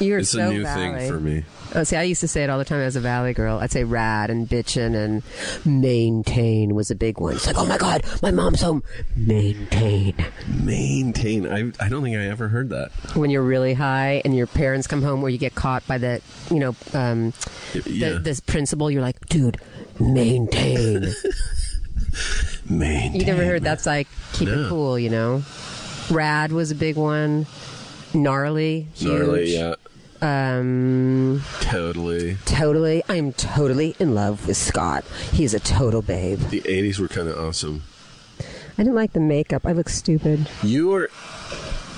Speaker 6: You're
Speaker 2: It's
Speaker 6: so
Speaker 2: a new
Speaker 6: valley.
Speaker 2: thing for me.
Speaker 6: Oh, see, I used to say it all the time as a Valley girl. I'd say rad and bitchin' and maintain was a big one. It's like, oh my God, my mom's home. Maintain.
Speaker 2: Maintain. I, I don't think I ever heard that.
Speaker 6: When you're really high and your parents come home or you get caught by the, you know, um,
Speaker 2: Yeah.
Speaker 6: the, this principal, you're like, dude, maintain.
Speaker 2: Maintain.
Speaker 6: you never heard that's like, keep it
Speaker 2: No.
Speaker 6: cool, you know? Rad was a big one. Gnarly. Huge.
Speaker 2: Gnarly, yeah.
Speaker 6: Um,
Speaker 2: Totally.
Speaker 6: totally. I'm totally in love with Scott. He's a total babe.
Speaker 2: The 80s were kind of awesome.
Speaker 6: I didn't like the makeup. I look stupid.
Speaker 2: You were,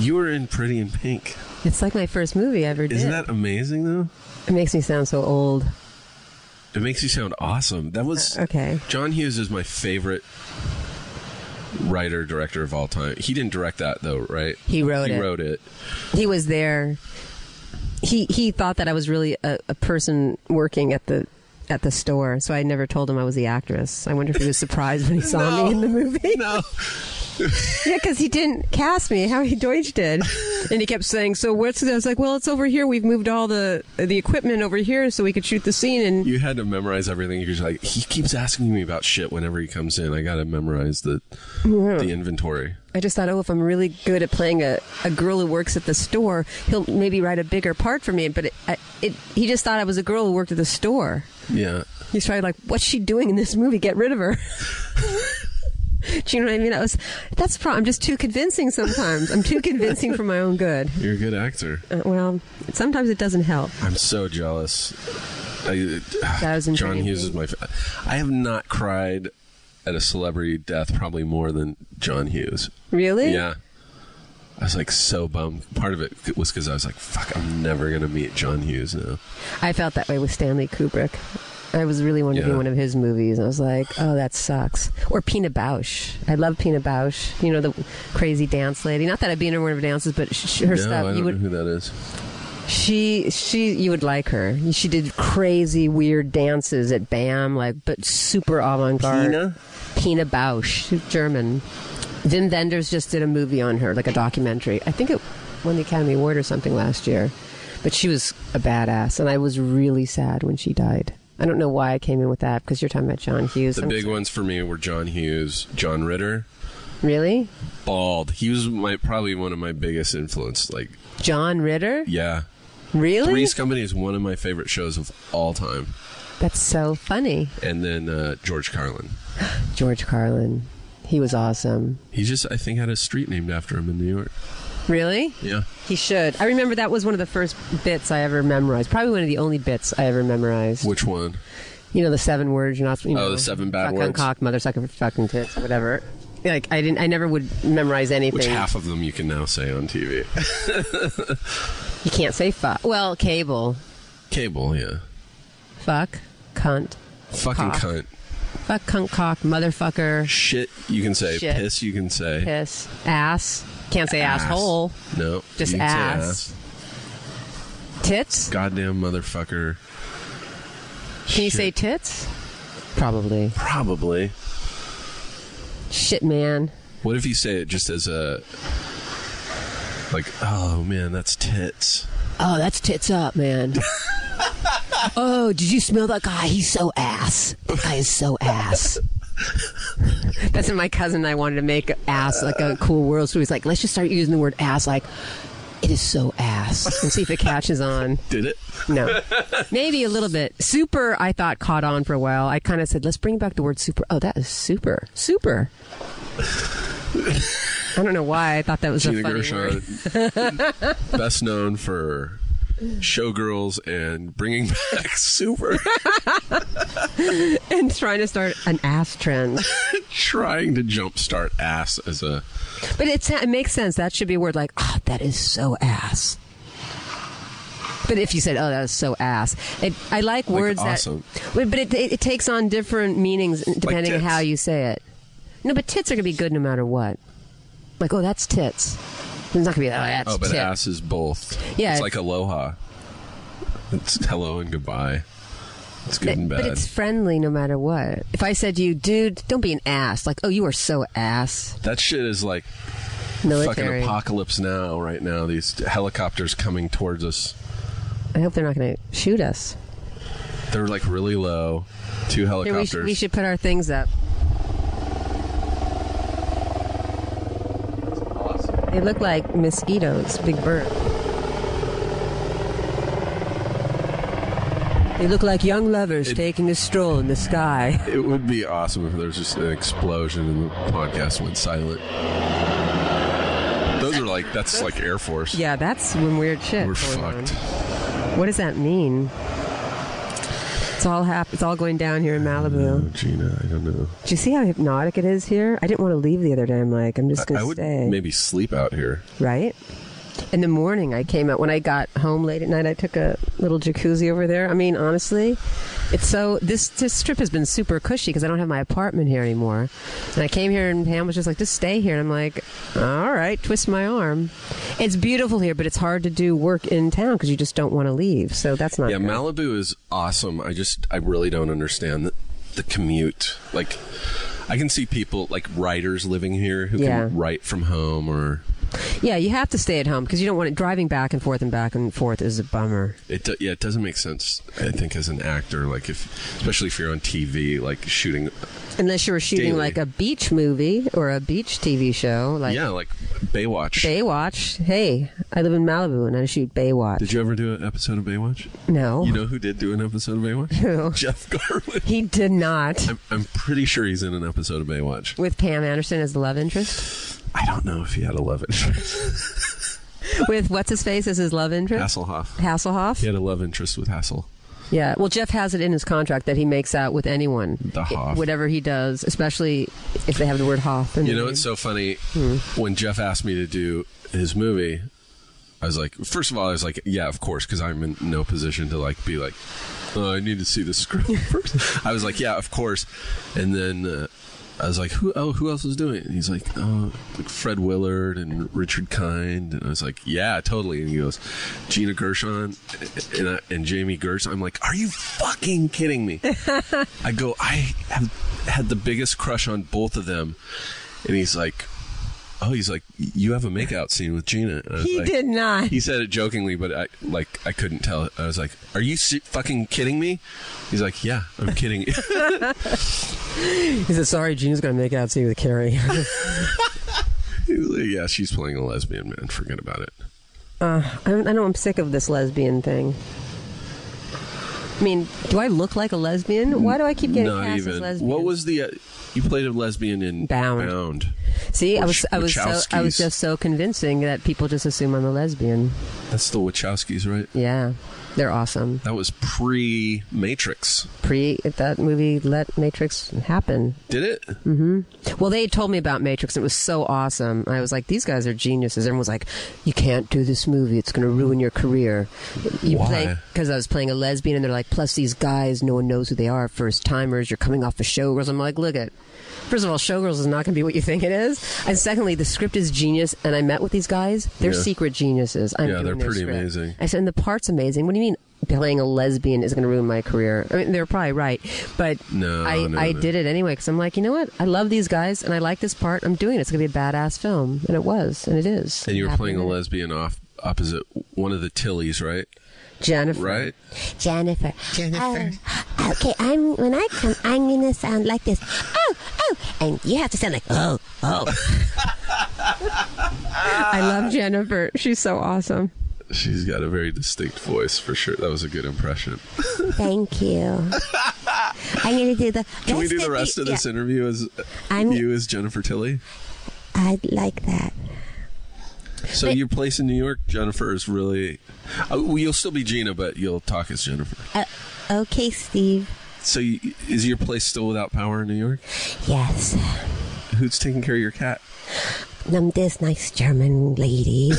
Speaker 2: you were in Pretty in Pink.
Speaker 6: It's like my first movie I ever did.
Speaker 2: Isn't that amazing, though?
Speaker 6: it makes me sound so old.
Speaker 2: It makes you sound awesome. That was
Speaker 6: Uh, Okay.
Speaker 2: John Hughes is my favorite writer director of all time. He didn't direct that though, right?
Speaker 6: He wrote it.
Speaker 2: wrote it.
Speaker 6: He was there. He he thought that I was really a, a person working at the at the store, so I never told him I was the actress. I wonder if he was surprised when he saw me in the movie.
Speaker 2: No,
Speaker 6: Yeah, because he didn't cast me. How he Deutsch did, and he kept saying, "So what's?" this?" I was like, "Well, it's over here. We've moved all the the equipment over here so we could shoot the scene." And
Speaker 2: you had to memorize everything. You're just like he keeps asking me about shit whenever he comes in. I got to memorize the the inventory.
Speaker 6: I just thought, oh, if I'm really good at playing a, a girl who works at the store, he'll maybe write a bigger part for me. But it, I, it, he just thought I was a girl who worked at the store.
Speaker 2: Yeah,
Speaker 6: He's probably like, what's she doing in this movie? Get rid of her. Do you know what I mean? I was, that's the problem. I'm just too convincing sometimes. I'm too convincing for my own good.
Speaker 2: you're a good actor.
Speaker 6: Uh, well, sometimes it doesn't help.
Speaker 2: I'm so jealous. I,
Speaker 6: That was
Speaker 2: John
Speaker 6: intriguing.
Speaker 2: Hughes is my. Fa- I have not cried at a celebrity death probably more than John Hughes.
Speaker 6: Really?
Speaker 2: Yeah. I was like so bummed. Part of it was because I was like, "Fuck, I'm never gonna meet John Hughes now."
Speaker 6: I felt that way with Stanley Kubrick. I was really wanting to be
Speaker 2: Yeah.
Speaker 6: one of his movies. and I was like, oh, that sucks. Or Pina Bausch. I love Pina Bausch. You know, the crazy dance lady. Not that I'd be in one of her dances, but sh- sh- her
Speaker 2: no, I
Speaker 6: stuff.
Speaker 2: don't
Speaker 6: You
Speaker 2: know
Speaker 6: would,
Speaker 2: who that is.
Speaker 6: she, she, you would like her. She did crazy, weird dances at BAM, like, but super avant-garde.
Speaker 2: Pina?
Speaker 6: Pina Bausch, she's German. Wim Wenders just did a movie on her, like a documentary. I think it won the Academy Award or something last year. But she was a badass, and I was really sad when she died. I don't know why I came in with that because you're talking about John Hughes.
Speaker 2: The
Speaker 6: I'm-
Speaker 2: big ones for me were John Hughes, John Ritter,
Speaker 6: really,
Speaker 2: Bald. He was my probably one of my biggest influence. Like,
Speaker 6: John Ritter?
Speaker 2: yeah,
Speaker 6: Really?
Speaker 2: Three's Company is one of my favorite shows of all time.
Speaker 6: That's so funny.
Speaker 2: And then uh, George Carlin.
Speaker 6: George Carlin, he was awesome.
Speaker 2: He just, I think, had a street named after him in New York.
Speaker 6: Really?
Speaker 2: Yeah,
Speaker 6: He should. I remember that was one of the first bits I ever memorized. Probably one of the only bits I ever memorized.
Speaker 2: which one?
Speaker 6: you know the seven words you're not you
Speaker 2: Oh,
Speaker 6: know,
Speaker 2: the seven bad
Speaker 6: fuck on
Speaker 2: words.
Speaker 6: cock mother sucking fucking tits whatever like i didn't i never would memorize anything
Speaker 2: Which half of them you can now say on TV?
Speaker 6: you can't say fuck well cable
Speaker 2: Cable, yeah.
Speaker 6: fuck cunt
Speaker 2: Fucking
Speaker 6: Cock.
Speaker 2: cunt.
Speaker 6: fuck cunt cock motherfucker
Speaker 2: Shit, you can say.
Speaker 6: Shit.
Speaker 2: Piss, you can say.
Speaker 6: piss ass can't say
Speaker 2: Ass.
Speaker 6: asshole
Speaker 2: No,
Speaker 6: Just
Speaker 2: you can say
Speaker 6: ass. tits
Speaker 2: Goddamn motherfucker.
Speaker 6: can you say tits probably
Speaker 2: Probably.
Speaker 6: shit man
Speaker 2: What if you say it just as a Like,
Speaker 5: Oh man, that's tits.
Speaker 6: Oh, that's tits up, man. oh, did you smell that guy? He's so ass. That guy is so ass. That's what my cousin and I wanted to make ass like a cool world. So he's like, let's just start using the word ass like it is so ass and see if it catches on.
Speaker 5: Did it?
Speaker 6: No. Maybe a little bit. Super, I thought, caught on for a while. I kind of said, let's bring back the word super. Oh, that is super. Super. I don't know why I thought that was a
Speaker 2: Gina
Speaker 6: funny word.
Speaker 2: Gershon, best known for showgirls and bringing back super,
Speaker 6: And trying to start an ass trend.
Speaker 2: trying to jumpstart ass as a.
Speaker 6: But it's, it makes sense. That should be a word like, oh, that is so ass. But if you said, oh, that is so ass, it, I like words
Speaker 2: awesome.
Speaker 6: that. But but it, it, it takes on different meanings depending on
Speaker 2: tits.
Speaker 6: how you say it. No, but tits are going to be good no matter what. Like, oh, that's tits. It's not going to be, oh, that's
Speaker 2: Oh, but
Speaker 6: tit.
Speaker 2: ass is both.
Speaker 6: Yeah,
Speaker 2: it's
Speaker 6: it-
Speaker 2: like aloha. It's hello and goodbye. It's good and
Speaker 6: But
Speaker 2: bad.
Speaker 6: it's friendly no matter what. If I said to you, dude, don't be an ass. Like, oh, you are so ass.
Speaker 2: that shit is like
Speaker 6: Military.
Speaker 2: fucking apocalypse now. Right now, these helicopters coming towards us.
Speaker 6: I hope they're not going to shoot us.
Speaker 2: They're like really low. Two
Speaker 6: Here, we,
Speaker 2: helicopters.
Speaker 6: sh- we should put our things up. They look like mosquitoes, big bird. They look like young lovers taking a stroll in the sky.
Speaker 2: It would be awesome if there was just an explosion and the podcast went silent. Those are like that's like Air Force.
Speaker 6: Yeah, that's some weird shit.
Speaker 2: We're
Speaker 6: going on.
Speaker 2: fucked.
Speaker 6: What does that mean? It's all hap- It's all going down here in Malibu.
Speaker 2: Oh, Gina, I don't know.
Speaker 6: Do you see how hypnotic it is here? I didn't want to leave the other day. I'm like, I'm just
Speaker 2: I,
Speaker 6: gonna
Speaker 2: I would
Speaker 6: stay.
Speaker 2: maybe sleep out here.
Speaker 6: right? In the morning, I came out. When I got home late at night, I took a little jacuzzi over there. I mean, honestly, it's so this this trip has been super cushy because I don't have my apartment here anymore. And I came here, and Pam was just like, "Just stay here," and I'm like, "All right, twist my arm." It's beautiful here, but it's hard to do work in town because you just don't want to leave. So that's not
Speaker 2: Yeah,
Speaker 6: good.
Speaker 2: Malibu is awesome. I just I really don't understand the, the commute. Like I can see people like writers living here who
Speaker 6: Yeah.
Speaker 2: can write from home or
Speaker 6: yeah. You have to stay at home because you don't want it. Driving back and forth and back and forth is a bummer.
Speaker 2: It do, yeah, it doesn't make sense. I think as an actor, like if especially if you're on TV, like shooting.
Speaker 6: Unless you were shooting
Speaker 2: Daily.
Speaker 6: like a beach movie or a beach TV show, like
Speaker 2: Yeah, like Baywatch.
Speaker 6: Baywatch. Hey, I live in Malibu and I shoot Baywatch.
Speaker 2: Did you ever do an episode of Baywatch?
Speaker 6: no,
Speaker 2: You know who did do an episode of Baywatch?
Speaker 6: Who?
Speaker 2: Jeff Garland.
Speaker 6: he did not.
Speaker 2: I'm, I'm pretty sure he's in an episode of Baywatch.
Speaker 6: With Pam Anderson as the love interest.
Speaker 2: I don't know if he had a love interest.
Speaker 6: With what's his face as his love interest.
Speaker 2: Hasselhoff.
Speaker 6: Hasselhoff.
Speaker 2: He had a love interest with Hassel.
Speaker 6: Yeah. Well, Jeff has it in his contract that he makes out with anyone,
Speaker 2: The Hoff.
Speaker 6: whatever he does, especially if they have the word Hoff. In
Speaker 2: You
Speaker 6: the
Speaker 2: know,
Speaker 6: name.
Speaker 2: it's so funny. When Jeff asked me to do his movie, I was like, first of all, I was like, yeah, of course, because I'm in no position to like be like, oh, I need to see the script first. I was like, yeah, of course, and then. Uh, I was like, who? Oh, who else was doing it? And he's like, oh, like Fred Willard and Richard Kind. And I was like, yeah, totally. And he goes, Gina Gershon and, I, and Jamie Gertz. I'm like, are you fucking kidding me? I go, I have had the biggest crush on both of them. And he's like, oh, he's like, you have a makeout scene with Gina. And I was
Speaker 6: he
Speaker 2: like-
Speaker 6: did not.
Speaker 2: He said it jokingly, but I like I couldn't tell. I was like, "Are you se- fucking kidding me?" He's like, "Yeah, I'm kidding."
Speaker 6: He said, "Sorry, Gene's going to make out to you with Carrie."
Speaker 2: He's like, yeah, she's playing a lesbian man. Forget about it.
Speaker 6: I don't, I know I'm sick of this lesbian thing. I mean, do I look like a lesbian? Why do I keep getting
Speaker 2: Not
Speaker 6: cast as
Speaker 2: even.
Speaker 6: lesbian?
Speaker 2: What was the? Uh, you played a lesbian in
Speaker 6: Bound. See, I was I was so I was
Speaker 2: Wachowskis.
Speaker 6: just so convincing that people just assume I'm a lesbian.
Speaker 2: That's the Wachowskis, right?
Speaker 6: Yeah, they're awesome.
Speaker 2: That was pre Matrix.
Speaker 6: Pre if that movie let Matrix happen.
Speaker 2: Did it?
Speaker 6: Well, they told me about Matrix. It was so awesome. I was like, these guys are geniuses. Everyone was like, you can't do this movie. It's going to ruin your career. You
Speaker 2: Why?
Speaker 6: Because I was playing a lesbian, and they're like, plus these guys, no one knows who they are, first timers. You're coming off a show. I'm like, look at. First of all, Showgirls is not going to be what you think it is, and secondly, the script is genius. And I met with these guys; they're
Speaker 2: Yeah.
Speaker 6: secret geniuses. I'm
Speaker 2: Yeah,
Speaker 6: doing
Speaker 2: they're
Speaker 6: their
Speaker 2: pretty
Speaker 6: script.
Speaker 2: amazing.
Speaker 6: I said, and the part's amazing. What do you mean? Playing a lesbian is going to ruin my career. I mean, they're probably right, but
Speaker 2: No,
Speaker 6: I,
Speaker 2: no,
Speaker 6: I
Speaker 2: no.
Speaker 6: did it anyway because I'm like, you know what? I love these guys and I like this part. I'm doing it. It's going to be a badass film, and it was, and it is.
Speaker 2: And you were
Speaker 6: Happy
Speaker 2: playing a
Speaker 6: with it.
Speaker 2: lesbian off opposite one of the Tillys, right?
Speaker 6: Jennifer.
Speaker 2: Right?
Speaker 7: Jennifer. Jennifer. Oh, okay, I'm when I come, I'm gonna sound like this. Oh, oh, and you have to sound like oh, oh.
Speaker 6: I love Jennifer. She's so awesome.
Speaker 2: She's got a very distinct voice for sure. That was a good impression.
Speaker 7: Thank you. I'm gonna do the.
Speaker 2: Can we do the rest of this interview as
Speaker 7: I'm-
Speaker 2: you as Jennifer Tilly?
Speaker 7: I like that.
Speaker 2: So your place in New York, Jennifer, is really. Uh, well, you'll still be Gina, but you'll talk as Jennifer.
Speaker 7: Uh, okay, Steve.
Speaker 2: So you, is your place still without power in New York?
Speaker 7: Yes.
Speaker 2: Who's taking care of your cat?
Speaker 7: I'm this nice German lady.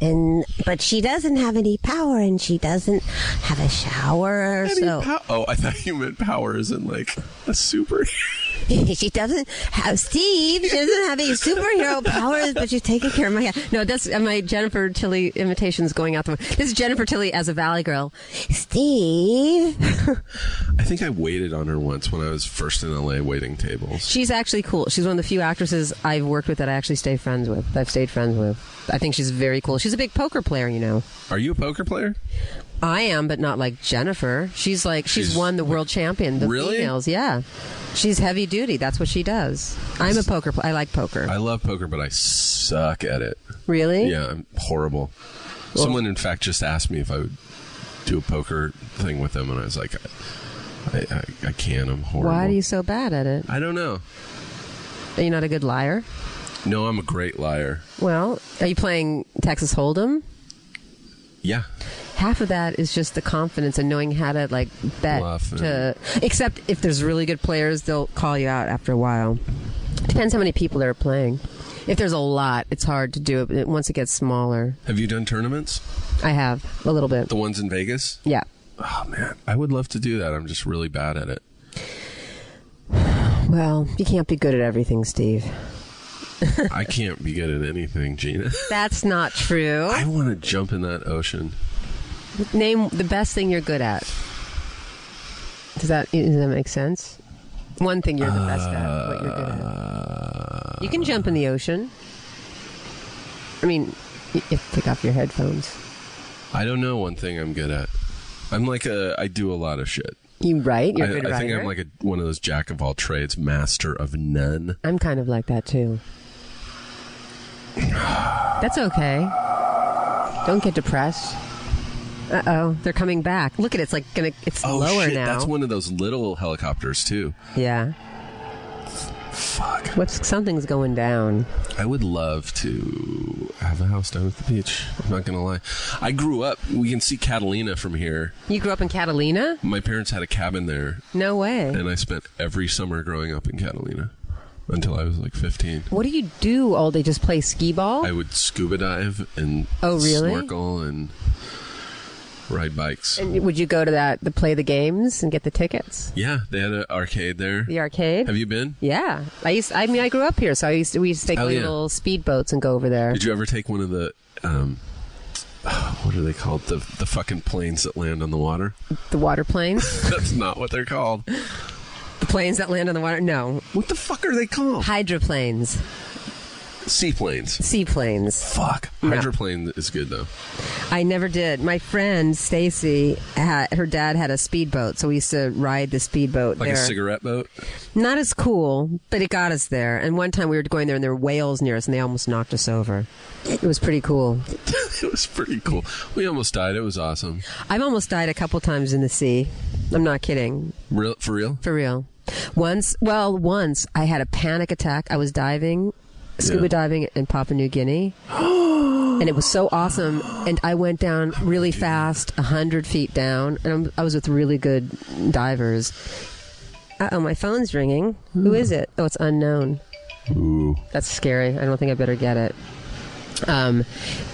Speaker 7: and but she doesn't have any power and she doesn't have a shower
Speaker 2: Any
Speaker 7: so
Speaker 2: pow- oh, I thought you meant power as in like a super.
Speaker 7: she doesn't have Steve. She doesn't have any superhero powers, but she's taking care of my.
Speaker 6: No, that's uh, my Jennifer Tilly imitation's going out the window. This is Jennifer Tilly as a Valley Girl.
Speaker 7: Steve.
Speaker 2: I think I waited on her once when I was first in LA waiting tables.
Speaker 6: She's actually cool. She's one of the few actresses I've worked with that I actually stay friends with. I've stayed friends with. I think she's very cool. She's a big poker player, you know.
Speaker 2: Are you a poker player?
Speaker 6: I am, but not like Jennifer. She's like she's,
Speaker 2: She's-
Speaker 6: won the world champion. The
Speaker 2: Really?
Speaker 6: females, yeah. She's heavy duty. That's what she does. I'm a poker. Pl- I like poker.
Speaker 2: I love poker, but I suck at it.
Speaker 6: really?
Speaker 2: Yeah, I'm horrible. Someone, in fact, just asked me if I would do a poker thing with them, and I was like, I, I, I can't. I'm horrible.
Speaker 6: Why are you so bad at it?
Speaker 2: I don't know.
Speaker 6: Are you not a good liar?
Speaker 2: No, I'm a great liar.
Speaker 6: Well, are you playing Texas Hold'em?
Speaker 2: Yeah.
Speaker 6: half of that is just the confidence and knowing how to like bet
Speaker 2: Bluff and-
Speaker 6: to except if there's really good players they'll call you out after a while depends how many people are playing if there's a lot it's hard to do it but once it gets smaller
Speaker 2: Have you done tournaments?
Speaker 6: i have a little bit
Speaker 2: The ones in Vegas?
Speaker 6: yeah
Speaker 2: Oh, man. I would love to do that. I'm just really bad at it.
Speaker 6: well you can't be good at everything steve
Speaker 2: I can't be good at anything, Gina.
Speaker 6: that's not true
Speaker 2: I want to jump in that ocean.
Speaker 6: name the best thing you're good at does that does that make sense one thing you're the best at what you're good at
Speaker 2: Uh,
Speaker 6: You can jump in the ocean. I mean, you have to take off your headphones.
Speaker 2: I don't know one thing I'm good at. I'm like a. I do a lot of shit.
Speaker 6: You right? You're
Speaker 2: I,
Speaker 6: a good
Speaker 2: I
Speaker 6: writer.
Speaker 2: think I'm like a, one of those jack of all trades, master of none.
Speaker 6: I'm kind of like that too. That's okay. Don't get depressed. Uh oh, they're coming back. Look at it. It's like gonna. It's
Speaker 2: Oh
Speaker 6: lower
Speaker 2: shit!
Speaker 6: now.
Speaker 2: That's one of those little helicopters too.
Speaker 6: yeah.
Speaker 2: Fuck!
Speaker 6: What's something's going down?
Speaker 2: I would love to have a house down at the beach. I'm not gonna lie. I grew up. We can see Catalina from here.
Speaker 6: You grew up in Catalina?
Speaker 2: My parents had a cabin there,
Speaker 6: No way.
Speaker 2: and I spent every summer growing up in Catalina until I was like 15.
Speaker 6: What do you do all day? Just play skee ball?
Speaker 2: I would scuba dive and
Speaker 6: Oh, really?
Speaker 2: snorkel and ride bikes.
Speaker 6: and would you go to that the play the games and get the tickets?
Speaker 2: yeah, they had an arcade there.
Speaker 6: The arcade?
Speaker 2: Have you been?
Speaker 6: Yeah, I used. I mean, I grew up here, so I used to. We used to take
Speaker 2: Oh, yeah.
Speaker 6: little speedboats and go over there.
Speaker 2: Did you ever take one of the um what are they called? The the fucking planes that land on the water?
Speaker 6: the water planes,
Speaker 2: That's not what they're called.
Speaker 6: the planes that land on the water. No,
Speaker 2: What the fuck are they called?
Speaker 6: hydroplanes,
Speaker 2: Seaplanes.
Speaker 6: seaplanes.
Speaker 2: Fuck.
Speaker 6: No.
Speaker 2: Hydroplane is good though.
Speaker 6: I never did. My friend Stacy, had, her dad had a speedboat, so we used to ride the speedboat
Speaker 2: Like
Speaker 6: there.
Speaker 2: a cigarette boat.
Speaker 6: Not as cool, but it got us there. And one time we were going there, and there were whales near us, and they almost knocked us over. It was pretty cool.
Speaker 2: it was pretty cool. We almost died. It was awesome.
Speaker 6: I've almost died a couple times in the sea. I'm not kidding.
Speaker 2: Real for real?
Speaker 6: For real. Once, well, once I had a panic attack. I was diving, scuba
Speaker 2: Yeah.
Speaker 6: diving in Papua New Guinea. and it was so awesome. And I went down really fast, 100 feet down. And I'm, I was with really good divers. Uh oh, my phone's ringing. Who is it? Oh, it's unknown.
Speaker 2: Ooh.
Speaker 6: That's scary. I don't think I better get it. Um,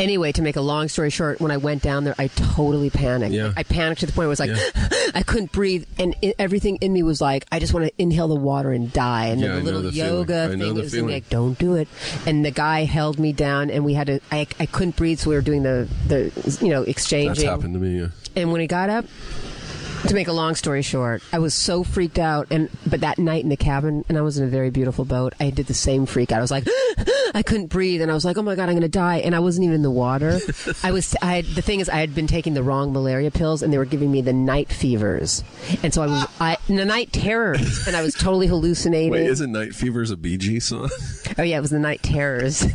Speaker 6: anyway, to make a long story short, when I went down there, I totally panicked.
Speaker 2: Yeah.
Speaker 6: I panicked to the point where I was like, I couldn't breathe, and i everything in me was like, I just want to inhale the water and die. And
Speaker 2: Yeah, I
Speaker 6: the
Speaker 2: know
Speaker 6: little
Speaker 2: the feeling.
Speaker 6: yoga
Speaker 2: I know
Speaker 6: thing
Speaker 2: the
Speaker 6: was
Speaker 2: feeling.
Speaker 6: like, don't do it. And the guy held me down, and we had to. I, I couldn't breathe, so we were doing the the you know
Speaker 2: That's
Speaker 6: exchanging.
Speaker 2: happened to me. Yeah.
Speaker 6: And when he got up, to make a long story short, I was so freaked out. And but that night in the cabin, and I was in a very beautiful boat. I did the same freak out. I was like, I couldn't breathe, and I was like, oh my god, I'm gonna die. And I wasn't even in the water. I was. I had, the thing is, I had been taking the wrong malaria pills, and they were giving me the night fevers, and so I was I the night terrors, and I was totally hallucinating.
Speaker 2: Wait, isn't Night Fever's a Bee Gees song?
Speaker 6: Oh yeah, it was the night terrors.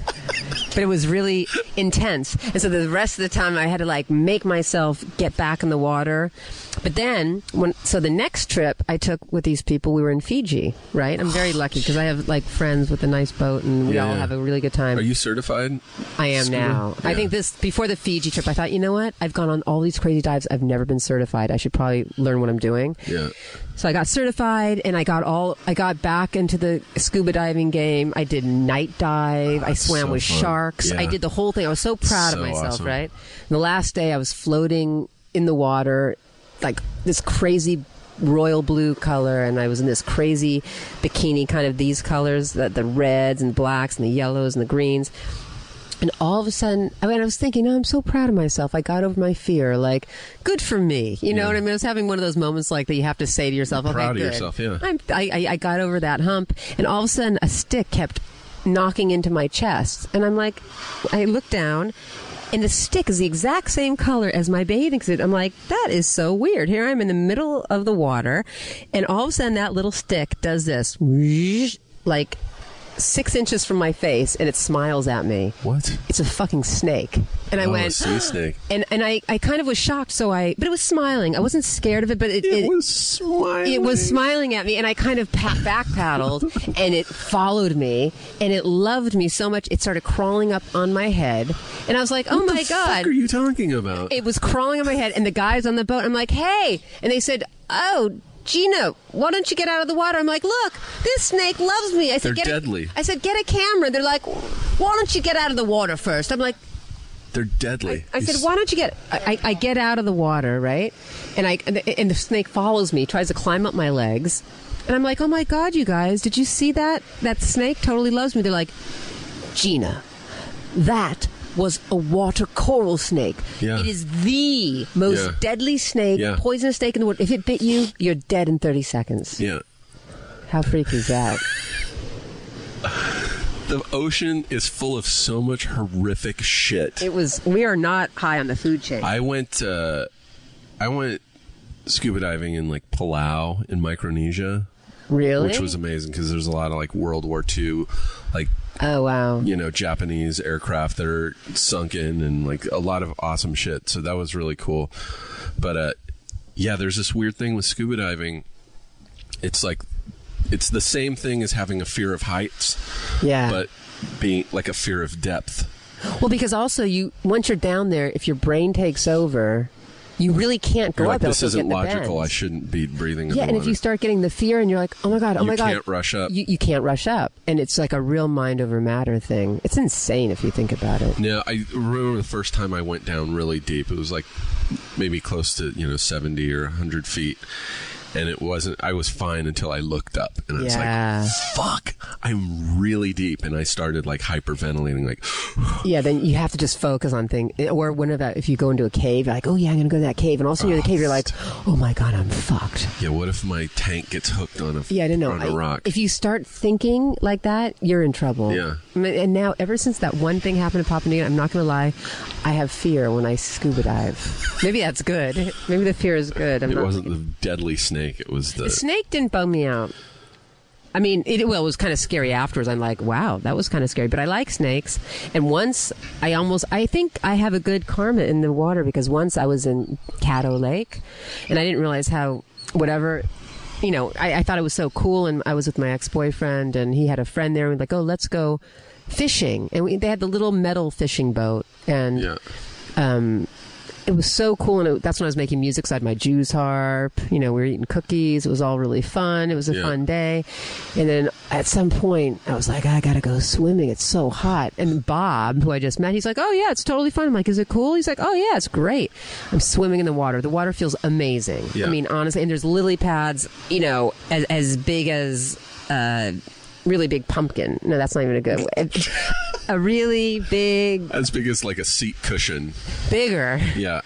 Speaker 6: but it was really intense. And so the rest of the time I had to like make myself get back in the water. But then when so the next trip I took with these people, we were in Fiji, right? I'm very lucky because I have like friends with a nice boat and we all
Speaker 2: Yeah.
Speaker 6: have a really good time.
Speaker 2: Are you certified?
Speaker 6: I am
Speaker 2: scuba?
Speaker 6: now. I
Speaker 2: Yeah.
Speaker 6: think this before the Fiji trip I thought, you know what? I've gone on all these crazy dives. I've never been certified. I should probably learn what I'm doing.
Speaker 2: Yeah.
Speaker 6: So I got certified and I got all I got back into the scuba diving game. I did night dive. I swam
Speaker 2: so
Speaker 6: with
Speaker 2: fun.
Speaker 6: sharks.
Speaker 2: Yeah.
Speaker 6: I did the whole thing. I was so proud
Speaker 2: So
Speaker 6: of myself,
Speaker 2: awesome.
Speaker 6: right? And the last day I was floating in the water like this crazy royal blue color and I was in this crazy bikini kind of these colors, the, the reds and blacks and the yellows and the greens. And all of a sudden, I mean, I was thinking, oh, I'm so proud of myself. I got over my fear. Like, good for me. You know what I mean? I was having one of those moments like that you have to say to yourself, okay,
Speaker 2: proud of
Speaker 6: good.
Speaker 2: yourself, yeah.
Speaker 6: I'm, I, I, I got over that hump. And all of a sudden, a stick kept knocking into my chest. And I'm like, I look down. And the stick is the exact same color as my bathing suit. I'm like, that is so weird. Here I'm in the middle of the water, and all of a sudden that little stick does this, like six inches from my face, and it smiles at me
Speaker 2: What?
Speaker 6: it's a fucking snake. And I
Speaker 2: oh, a
Speaker 6: went,
Speaker 2: sea snake.
Speaker 6: and, and I, I kind of was shocked. So I, but it was smiling. I wasn't scared of it, but it,
Speaker 2: It,
Speaker 6: it,
Speaker 2: was smiling.
Speaker 6: it was smiling at me. And I kind of pat, back paddled and it followed me and it loved me so much. It started crawling up on my head. And I was like, oh
Speaker 2: What
Speaker 6: my
Speaker 2: the
Speaker 6: God
Speaker 2: fuck are you talking about?
Speaker 6: it was crawling on my head, and the guys on the boat, I'm like, hey. And they said, oh, Gino, why don't you get out of the water? I'm like, look, this snake loves me. I said,
Speaker 2: They're
Speaker 6: get
Speaker 2: deadly.
Speaker 6: A, I said, get a camera. They're like, why don't you get out of the water first? I'm like,
Speaker 2: They're deadly.
Speaker 6: I
Speaker 2: You
Speaker 6: said,
Speaker 2: s-
Speaker 6: why don't you get? I, I I get out of the water, right? And I and the, and the snake follows me, tries to climb up my legs, and I'm like, oh my god, you guys, did you see that? That snake totally loves me. They're like, Gina, that was a water coral snake.
Speaker 2: Yeah.
Speaker 6: It is the most
Speaker 2: Yeah.
Speaker 6: deadly snake,
Speaker 2: Yeah.
Speaker 6: poisonous snake in the world. If it bit you, you're dead in 30 seconds.
Speaker 2: Yeah.
Speaker 6: How freaky is that?
Speaker 2: The ocean is full of so much horrific shit.
Speaker 6: it was. We are not high on the food chain.
Speaker 2: I went uh, I went scuba diving in like Palau in Micronesia,
Speaker 6: really?
Speaker 2: which was amazing because there's a lot of like World War II, like
Speaker 6: oh wow.
Speaker 2: you know Japanese aircraft that are sunken and like a lot of awesome shit. So that was really cool. But uh, yeah, there's this weird thing with scuba diving. It's like it's the same thing as having a fear of heights,
Speaker 6: Yeah.
Speaker 2: but being like a fear of depth.
Speaker 6: Well, because also you once you're down there, if your brain takes over, you really can't go
Speaker 2: You're
Speaker 6: up.
Speaker 2: like,
Speaker 6: It'll
Speaker 2: this
Speaker 6: take
Speaker 2: isn't
Speaker 6: in the
Speaker 2: logical. I
Speaker 6: bends.
Speaker 2: shouldn't be breathing. in
Speaker 6: yeah,
Speaker 2: the
Speaker 6: and if
Speaker 2: water.
Speaker 6: you start getting the fear, and you're like, oh my god, oh
Speaker 2: You
Speaker 6: my god,
Speaker 2: can't rush up.
Speaker 6: You, you can't rush up, and it's like a real mind over matter thing. It's insane if you think about it.
Speaker 2: No, I remember the first time I went down really deep. It was like maybe close to you know seventy or hundred feet, and it wasn't. I was fine until I looked up, and I was
Speaker 6: Yeah.
Speaker 2: like, "Fuck, I'm really deep," and I started like hyperventilating, like,
Speaker 6: Yeah, then you have to just focus on things. Or whenever if you go into a cave, you're like, oh yeah, I'm gonna go to that cave, and also you're in the cave, you're like, oh my god, I'm fucked.
Speaker 2: "Yeah, what if my tank gets hooked on a
Speaker 6: Yeah, I don't know.
Speaker 2: on a
Speaker 6: I-
Speaker 2: rock?"
Speaker 6: If you start thinking like that, you're in trouble.
Speaker 2: Yeah.
Speaker 6: I mean, And now, ever since that one thing happened in Papua New Guinea, I'm not going to lie, I have fear when I scuba dive. Maybe that's good. Maybe the fear is good. I'm
Speaker 2: it
Speaker 6: not-
Speaker 2: wasn't the deadly snake. It was the.
Speaker 6: The snake didn't bum me out. I mean, it, well, it was kind of scary afterwards. I'm like, wow, that was kind of scary. But I like snakes. And once I almost, I think I have a good karma in the water because once I was in Caddo Lake and I didn't realize how, whatever, you know, I, I thought it was so cool. And I was with my ex boyfriend and he had a friend there. And we're like, oh, let's go fishing. And we, they had the little metal fishing boat. And
Speaker 2: yeah,
Speaker 6: um, it was so cool, and it, that's when I was making music. So I had my Jews harp. You know, we were eating cookies. It was all really fun. It was a
Speaker 2: Yeah.
Speaker 6: fun day, and then at some point, I was like, I gotta go swimming. It's so hot. And Bob, who I just met, he's like, Oh yeah, it's totally fun. I'm like, Is it cool? He's like, Oh yeah, it's great. I'm swimming in the water. The water feels amazing.
Speaker 2: Yeah.
Speaker 6: I mean, honestly, and there's lily pads, you know, as as big as uh, really big pumpkin. No, that's not even a good way. a really big,
Speaker 2: As big as like a seat cushion.
Speaker 6: bigger
Speaker 2: Yeah.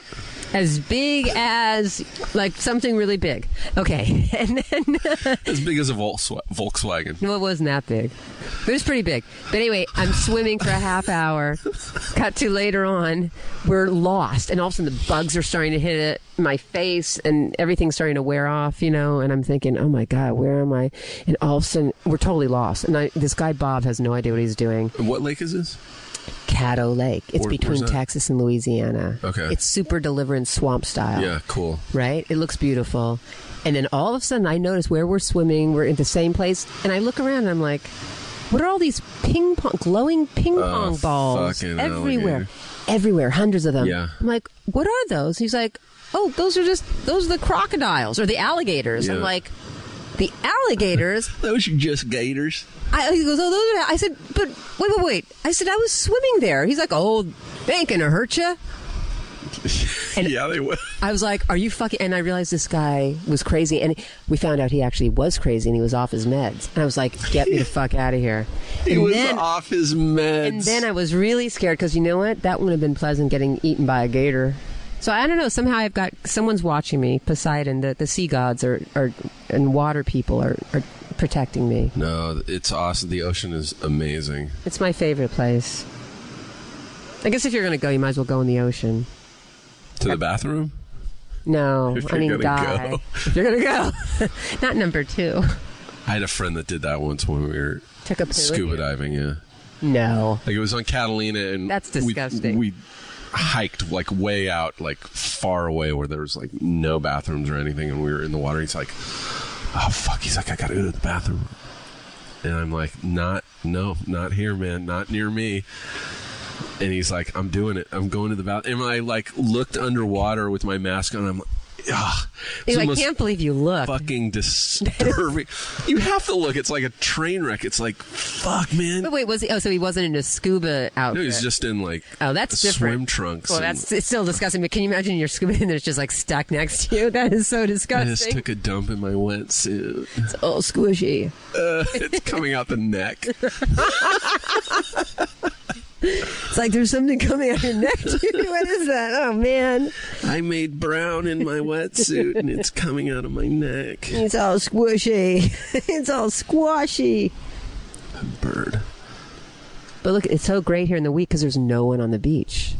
Speaker 6: as big as like something really big. Okay, and then
Speaker 2: As big as a Volkswa- Volkswagen.
Speaker 6: well, it wasn't that big. It was pretty big. But anyway, I'm swimming for a half hour. Cut to later on, we're lost, and all of a sudden the bugs are starting to hit it, my face, and everything's starting to wear off, you know. And I'm thinking, oh my god, where am I? And all of a sudden, we're totally lost. And I, this guy Bob has no idea what he's doing.
Speaker 2: And What lake is this?
Speaker 6: Caddo Lake. It's
Speaker 2: Where- where's
Speaker 6: between
Speaker 2: that?
Speaker 6: Texas and Louisiana.
Speaker 2: Okay.
Speaker 6: It's super deliverance swamp style
Speaker 2: Yeah, cool.
Speaker 6: right? It looks beautiful. And then all of a sudden, I notice where we're swimming, we're in the same place. And I look around and I'm like, what are all these ping pong, glowing ping pong balls
Speaker 2: Uh, fucking
Speaker 6: everywhere?
Speaker 2: alligator.
Speaker 6: Everywhere, hundreds of them.
Speaker 2: Yeah.
Speaker 6: I'm like, what are those? He's like, oh, those are just, those are the crocodiles or the alligators. I'm
Speaker 2: Yeah.
Speaker 6: like, the alligators?
Speaker 2: Those are just gators.
Speaker 6: I, he goes, oh, those are. I said, but wait, wait, wait. I said, I was swimming there. He's like, oh, they ain't gonna hurt you.
Speaker 2: yeah, they were.
Speaker 6: I was like, "Are you fucking?" And I realized this guy was crazy, and we found out he actually was crazy, and he was off his meds. And I was like, "Get me the fuck out of here!"
Speaker 2: He
Speaker 6: and
Speaker 2: was
Speaker 6: then,
Speaker 2: off his meds.
Speaker 6: and then I was really scared because you know what? That wouldn't have been pleasant getting eaten by a gator. So I don't know. Somehow I've got someone's watching me. Poseidon, the, the sea gods, are, are and water people are, are protecting me.
Speaker 2: no, it's awesome. The ocean is amazing.
Speaker 6: It's my favorite place. I guess if you're gonna go, you might as well go in the ocean.
Speaker 2: To the bathroom?
Speaker 6: No,
Speaker 2: If
Speaker 6: I
Speaker 2: you're
Speaker 6: mean
Speaker 2: gonna
Speaker 6: die.
Speaker 2: go.
Speaker 6: If you're gonna go, not number two.
Speaker 2: I had a friend that did that once when we were
Speaker 6: Took a poo.
Speaker 2: scuba diving. Yeah,
Speaker 6: No.
Speaker 2: like it was on Catalina, and
Speaker 6: That's
Speaker 2: we-
Speaker 6: disgusting.
Speaker 2: We, hiked like way out, like far away, where there was like no bathrooms or anything, and we were in the water. He's like, "Oh fuck!" He's like, "I gotta go to the bathroom," and I'm like, "Not, no, not here, man, not near me." And he's like, "I'm doing it. I'm going to the bathroom." And I like looked underwater with my mask on. I'm like, "Ah." It's
Speaker 6: Dude, I
Speaker 2: almost-
Speaker 6: can't believe you look.
Speaker 2: fucking disturbing. you have to look. It's like a train wreck. It's like, fuck, man.
Speaker 6: But wait, was he? Oh, so he wasn't in a scuba
Speaker 2: No,
Speaker 6: outfit.
Speaker 2: he's just in like
Speaker 6: Oh, that's different.
Speaker 2: swim trunks.
Speaker 6: Well,
Speaker 2: and-
Speaker 6: that's it's still disgusting. But can you imagine your scuba and there's just like stacked next to you? That is so
Speaker 2: I
Speaker 6: disgusting.
Speaker 2: just took a dump in my wetsuit.
Speaker 6: it's all squishy.
Speaker 2: Uh, it's coming out the neck.
Speaker 6: It's like there's something coming out your neck. dude. what is that? Oh man,
Speaker 2: I made brown in my wetsuit, and it's coming out of my neck.
Speaker 6: it's all squishy. it's all squashy.
Speaker 2: Bird.
Speaker 6: But look, it's so great here in the week because there's no one on the beach.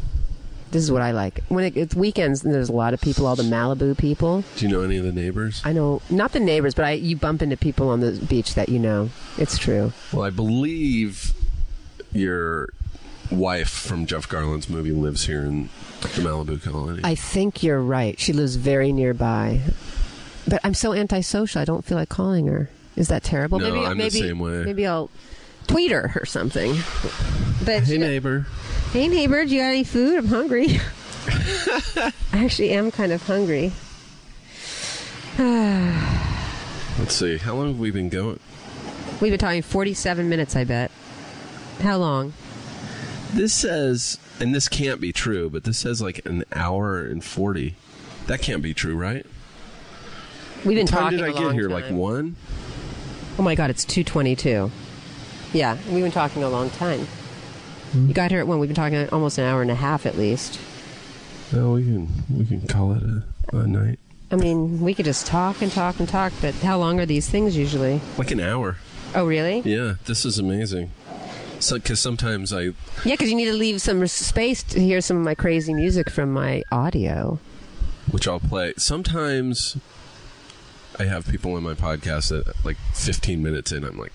Speaker 6: This is what I like. When it, it's weekends, there's a lot of people, all the Malibu people.
Speaker 2: Do you know any of the neighbors?
Speaker 6: I know not the neighbors, but I you bump into people on the beach that you know. It's true.
Speaker 2: Well, I believe your wife from Jeff Garland's movie lives here in the Malibu colony.
Speaker 6: I think you're right. She lives very nearby. But I'm so antisocial. I don't feel like calling her. Is that terrible?
Speaker 2: No,
Speaker 6: maybe
Speaker 2: I'm the
Speaker 6: maybe
Speaker 2: same way.
Speaker 6: maybe I'll tweet her or something. But
Speaker 2: hey,
Speaker 6: you know-
Speaker 2: neighbor.
Speaker 6: hey neighbor, do you got any food? I'm hungry. I actually am kind of hungry.
Speaker 2: Let's see. How long have we been going?
Speaker 6: We've been talking 47 minutes, I bet. How long?
Speaker 2: This says, and this can't be true, but this says like an hour and 40. That can't be true, right?
Speaker 6: We've been
Speaker 2: What time
Speaker 6: talking.
Speaker 2: did I
Speaker 6: a
Speaker 2: get
Speaker 6: long
Speaker 2: here?
Speaker 6: time.
Speaker 2: Like one?
Speaker 6: Oh my God, it's 222. Yeah, we've been talking a long time.
Speaker 2: Hmm?
Speaker 6: You got here at one. We've been talking almost an hour and a half at least.
Speaker 2: No, we can we can call it a, a night.
Speaker 6: I mean, we could just talk and talk and talk, but how long are these things usually?
Speaker 2: Like an hour.
Speaker 6: Oh, really? Yeah,
Speaker 2: Yeah, this is amazing. So, because sometimes I
Speaker 6: because you need to leave some res- space to hear some of my crazy music from my audio.
Speaker 2: which I'll play. Sometimes I have people in my podcast that like 15 minutes in, I'm like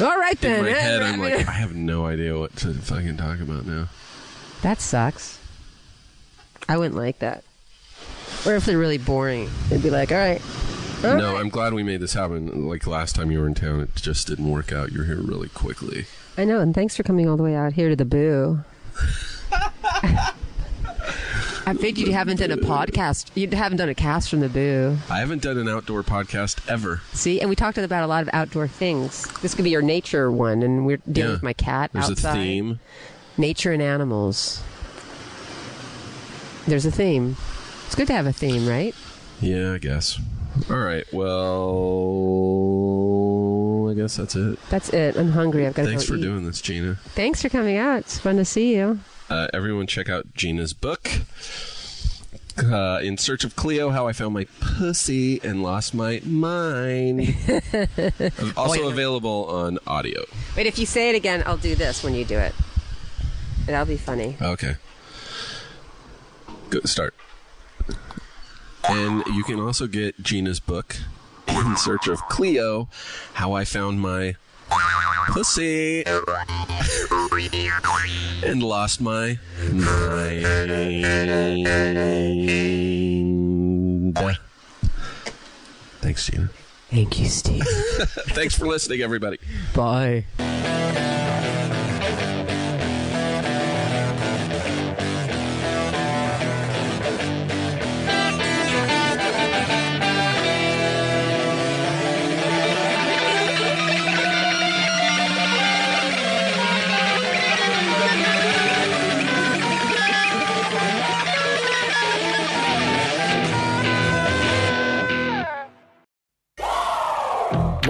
Speaker 6: All right
Speaker 2: in
Speaker 6: then.
Speaker 2: my
Speaker 6: eh,
Speaker 2: head, I'm
Speaker 6: I
Speaker 2: like
Speaker 6: mean-
Speaker 2: I have no idea what to fucking talk about now.
Speaker 6: that sucks. I wouldn't like that. Or if they're really boring, they'd be like, all right. all
Speaker 2: No,
Speaker 6: right."
Speaker 2: I'm glad we made this happen. Like last time you were in town, it just didn't work out. You're here really quickly.
Speaker 6: I know, and thanks for coming all the way out here to the boo. I figured you haven't done a podcast. You haven't done a cast from the Boo.
Speaker 2: I haven't done an outdoor podcast ever.
Speaker 6: See, and we talked about a lot of outdoor things. This could be your nature one, and we're dealing
Speaker 2: Yeah.
Speaker 6: with my cat
Speaker 2: There's
Speaker 6: outside.
Speaker 2: a theme.
Speaker 6: Nature and animals. There's a theme. It's good to have a theme, right?
Speaker 2: Yeah, I guess. All right. Well, I guess that's it.
Speaker 6: That's it. I'm hungry. I've got to
Speaker 2: Thanks
Speaker 6: go
Speaker 2: for
Speaker 6: eat.
Speaker 2: doing this, Gina.
Speaker 6: Thanks for coming out. It's fun to see you.
Speaker 2: Uh, everyone, check out Gina's book. Uh, in search of Cleo, how I found my pussy and lost my mind. also available on audio.
Speaker 6: Wait, if you say it again, I'll do this when you do it. That'll be funny.
Speaker 2: Okay. Go start. And you can also get Gina's book, In Search of Cleo, How I Found My Pussy and Lost My Mind. Thanks, Gina.
Speaker 6: Thank you, Steve.
Speaker 2: Thanks for listening, everybody.
Speaker 6: Bye.